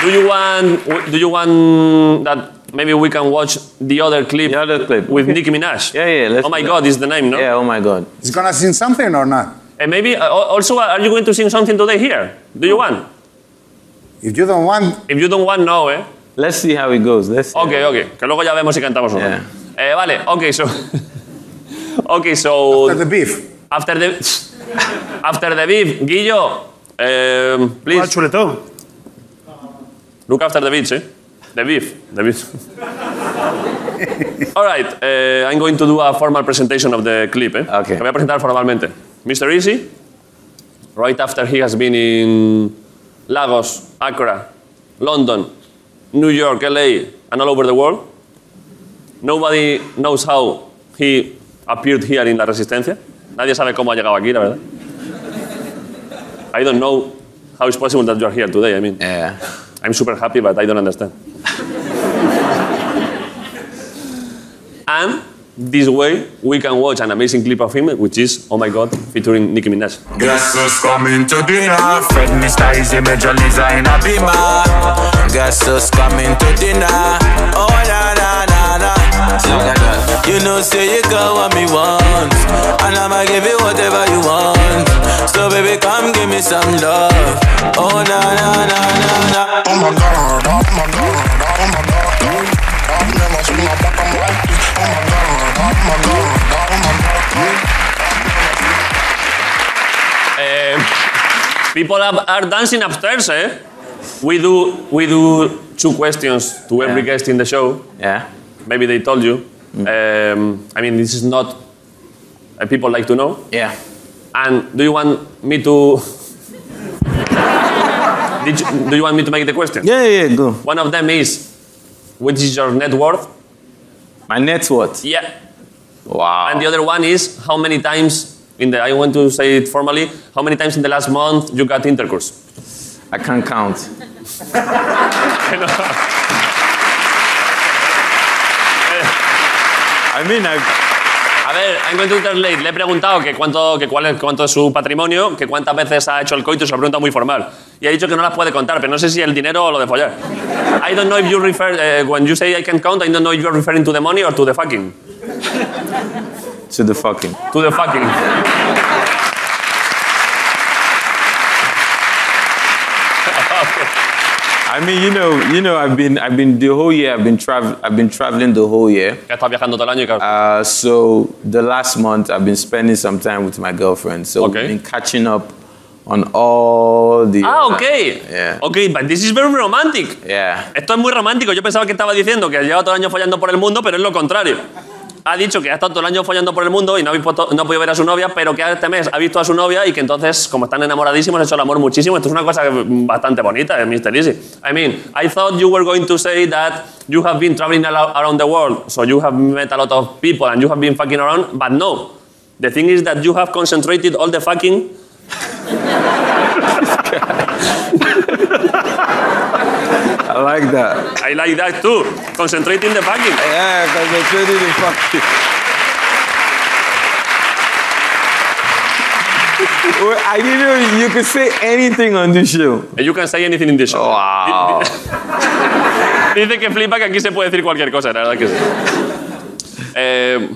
Do you want, do you want that maybe we can watch the other clip, the other clip. with Nicki Minaj? Yeah, yeah. Let's oh my do God, that. is the name, no? Yeah, oh my God. He's gonna sing something or not? And maybe uh, al- also, uh, are you going to sing something today here? Do you want? If you don't want. If you don't want, no, eh? Let's see how it goes. Let's see. Okay, okay. Que luego ya vemos si cantamos o no. Eh, vale, okay, so. okay, so. After the beef. After the. After the beef, Guillo, um, please. chuletón? Look after the beach, eh? The beef, the beef. All right, eh, I'm going to do a formal presentation of the clip, eh? Okay. voy a presentar formalmente. Mr. Easy, right after he has been in Lagos, Accra, London, New York, LA, and all over the world, nobody knows how he appeared here in La Resistencia. Nadie sabe cómo ha llegado aquí, la verdad. I don't know how it's possible that you're here today. I mean, I'm super happy, but I don't understand. And this way, we can watch an amazing clip of him, which is Oh My God, featuring Nicki Minaj. Guess who's coming to dinner? Fred Mr. Easy Major Lisa in a beamer. Guess who's coming to dinner? Oh na na na na. So, You know, say you got what me want, and I'ma give you whatever you want. So baby, come give me some love. Oh na na na na na. Oh my God, oh my God, oh my God. I've never seen a black and white. Oh my God, oh my God, oh my God. Eh, people are, are dancing upstairs, eh? We do, we do two questions to every guest in the show. Yeah. Maybe they told you. Um, I mean, this is not. Uh, people like to know. Yeah. And do you want me to? Did you, do you want me to make the question? Yeah, yeah, yeah, go. One of them is, what is your net worth? My net worth. Yeah. Wow. And the other one is how many times in the I want to say it formally, how many times in the last month you got intercourse? I can't count. I mean, A ver, I'm going to translate. Le he preguntado que cuánto, que cuál es, cuánto es su patrimonio, que cuántas veces ha hecho el coito, se lo pregunta muy formal. Y ha dicho que no las puede contar, pero no sé si el dinero o lo de follar. I don't know if you refer, eh, when you say I can count, I don't know if you're referring to the money or to the fucking. To the fucking. To the fucking. I mean, you know, you know, I've been, I've been the whole year. I've been travel, I've been traveling the whole year. Ah, Uh, so the last month, I've been spending some time with my girlfriend. So I've been catching up on all the. Ah, okay. Yeah. Okay, but this is very romantic. Yeah. Esto es muy romántico. Yo pensaba que estaba diciendo que lleva todo el año follando por el mundo, pero es lo contrario. Ha dicho que ha estado todo el año follando por el mundo y no, habéis puesto- no ha podido ver a su novia, pero que este mes ha visto a su novia y que entonces, como están enamoradísimos, han hecho el amor muchísimo. Esto es una cosa bastante bonita, eh, Mr. Easy. I mean, I thought you were going to say that you have been traveling al- around the world, so you have met a lot of people and you have been fucking around, but no. The thing is that you have concentrated all the fucking I like that. I like that too. Concentrating the fucking. Yeah, concentrating the fucking. Well, I didn't know you could say anything on this show. You can say anything in this show. Wow. Oh. Dice que flipa que aquí se puede decir cualquier cosa, la verdad que sí. Eh,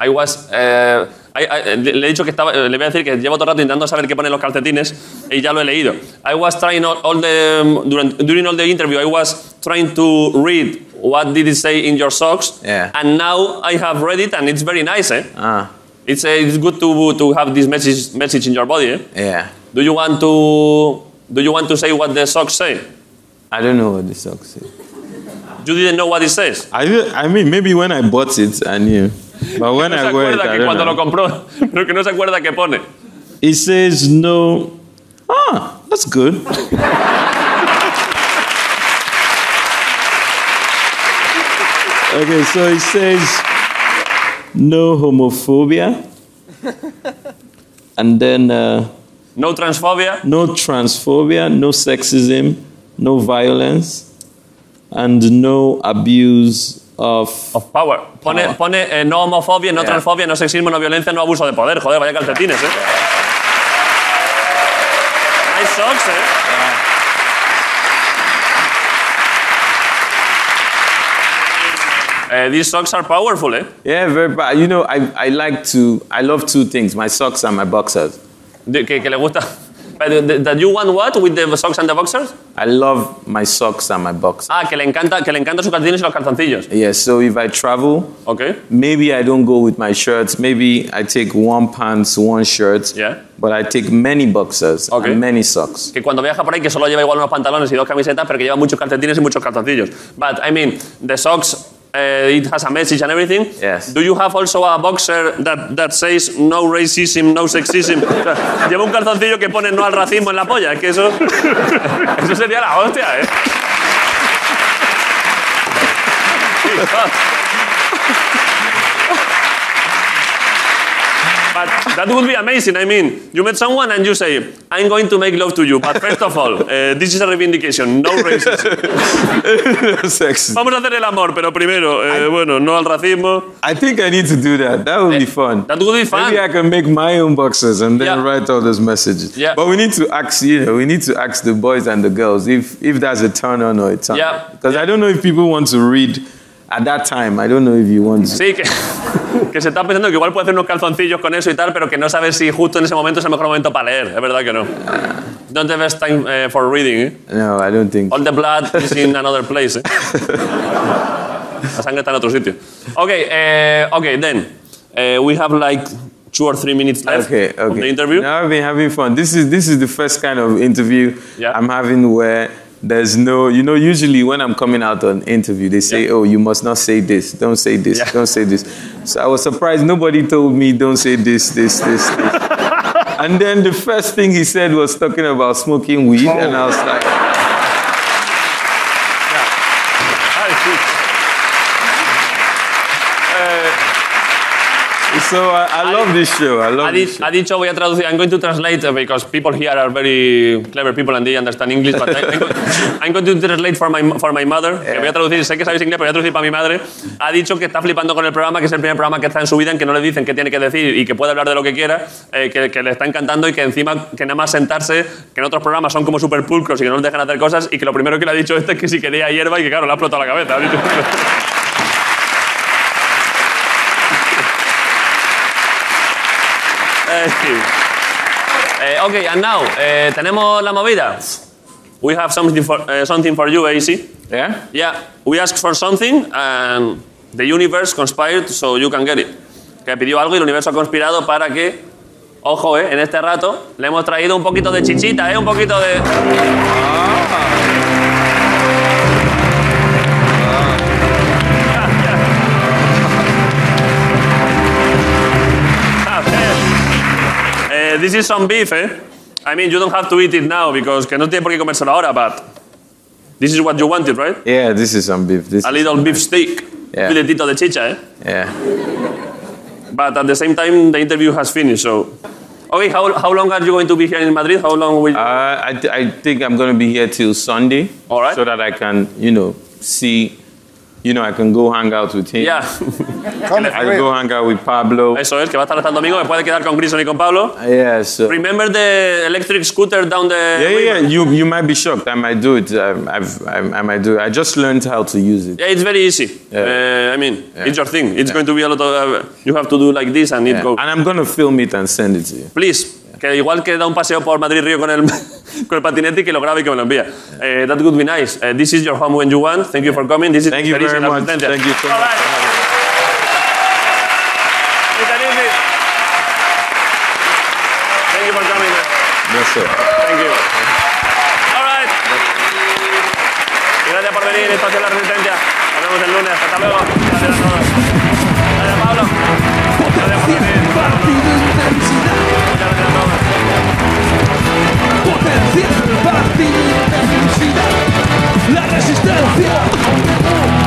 I was, eh, I- I- le le he dicho que estaba, eh, le voy a decir que llevo todo el rato intentando saber qué ponen los calcetines y ya lo he leído. I was trying all, all the, during, during all the interview, I was trying to read what did it say in your socks. Yeah. And now I have read it and it's very nice, eh? Ah, It's, eh, it's good to, to have this message, message in your body, eh? yeah. Do you want to do you want to say what the socks say? I don't know what the socks say. You didn't know what it says. I, don't- I mean, maybe when I bought it, I knew. But when no se I wear it, acuerda I que don't cuando know. lo compró, pero que no se acuerda que pone. It says no. Ah, that's good. okay, so it says no homophobia. And then uh, No transphobia. no transphobia, no sexism, no violence, and no abuse of. Of power. Pone, pone eh, no homofobia, no Yeah. transfobia, no sexismo, no violencia, no abuso de poder. Joder, vaya calcetines, eh. Nice socks, eh. Eh, these socks are powerful, eh. Yeah, very bad. You know, I, I like to, I love two things my socks and my boxers. De- que, que le gusta. But, th- that you want what with the socks and the boxers? I love my socks and my boxers. Ah, que le encanta, que le encantan sus calcetines y los calzoncillos. Yeah, so if I travel, okay, maybe I don't go with my shirts. Maybe I take one pants, one shirt. Yeah. But I take many boxers Okay. and many socks. que cuando viaja por ahí que solo lleva igual unos pantalones y dos camisetas, pero que lleva muchos calcetines y muchos calzoncillos. But I mean, the socks, eh, it has a message and everything. Yes. Do you have also a boxer that, that says no racism, no sexism? O sea, lleva un calzoncillo que pone no al racismo en la polla, es que eso, eso sería la hostia, ¿eh? But That would be amazing. I mean, you met someone and you say, I'm going to make love to you, but first of all, eh, this is a reivindication, no racism. Vamos a hacer el amor, pero primero, eh, bueno, no al racismo. Eh, I think I need to do that. That would be fun. That would be fun. Maybe I can make my own boxes and then write all those messages. Yeah. But we need to ask, you know, we need to ask the boys and the girls if if that's a turn on or a turn. Yeah. Because I don't know if people want to read at that time. I don't know if you want to. Sí, que, que se está pensando que igual puede hacer unos calzoncillos con eso y tal, pero que no sabe si justo en ese momento es el mejor momento para leer. Es verdad que no. Don't have time eh, for reading. eh. No, I don't think. All the blood is in another place. eh. La sangre está en otro sitio. Okay, eh, okay, then eh, we have like two or three minutes left Okay, of the okay. interview. Now I've been having fun. This is this is the first kind of interview I'm having where there's no, you know, usually when I'm coming out on interview, they say, "Oh, you must not say this. Don't say this. Don't say this." So I was surprised nobody told me, "Don't say this, this, this." this. and then the first thing he said was talking about smoking weed, and I was like, Ay, Ah, sí. So I, I love this show. I love Ha, di- ha dicho, voy a traducir, I'm going to translate uh, because people here are very clever people and they understand English, but I- I'm, go- I'm going to translate for my, for my mother. Que voy a traducir, sé que sabéis inglés, pero voy a traducir para mi madre. Ha dicho que está flipando con el programa, que es el primer programa que está en su vida en que no le dicen qué tiene que decir y que puede hablar de lo que quiera, eh, que, que le está encantando y que encima, que nada más sentarse, que en otros programas son como súper pulcros y que no les dejan hacer cosas y que lo primero que le ha dicho este es que si quería hierba y que claro, le ha explotado la cabeza. Ha dicho- Eh, eh, ok, and now, eh, tenemos la movida. We have something for, eh, something for you, AC. Yeah? Yeah, we asked for something and the universe conspired so you can get it. Que pidió algo y el universo ha conspirado para que, ojo, eh, en este rato le hemos traído un poquito de chichita, eh, un poquito de... Eh, this is some beef, eh? I mean, you don't have to eat it now because que no tiene por qué comérselo ahora, but this is what you wanted, right? Yeah, this is some beef. This A is- little beef steak. Yeah. Filetito de chicha, eh? yeah. But at the same time, the interview has finished, so... Okay, how, how long are you going to be here in Madrid? How long will you... Uh, I, th- I think I'm going to be here till Sunday. All right. So that I can, you know, see, you know, I can go hang out with him. Yeah. I can go hang out with Pablo. Eso es, que va a estar hasta el domingo, me puede quedar con Grison y con Pablo. Yeah, so. Remember the electric scooter down the... Yeah, yeah, yeah. You, you might be shocked. I might do it. Um, I've, I, I might do it. I just learned how to use it. Yeah, it's very easy. Uh, I mean, it's your thing. It's going to be a lot of... uh, you have to do like this and it Yeah. goes. And I'm going to film it and send it to you. Please. Que igual que da un paseo por Madrid Río con el, con el patinete y que lo grabe y que me lo envía. Eh, that would be nice. Eh, this is your home when you want. Thank you for coming. This is Thank you Feliz very en la much. Resistencia. Thank you so much. Thank you for coming. man. Yes, sir. Thank you. All right. Gracias por venir. Esto ha sido La Resistencia. Nos vemos el lunes. Hasta luego. Gracias a todos. Gracias, Pablo. Gracias por venir. Muchas gracias a todos. Potencial para ti la felicidad, la resistencia.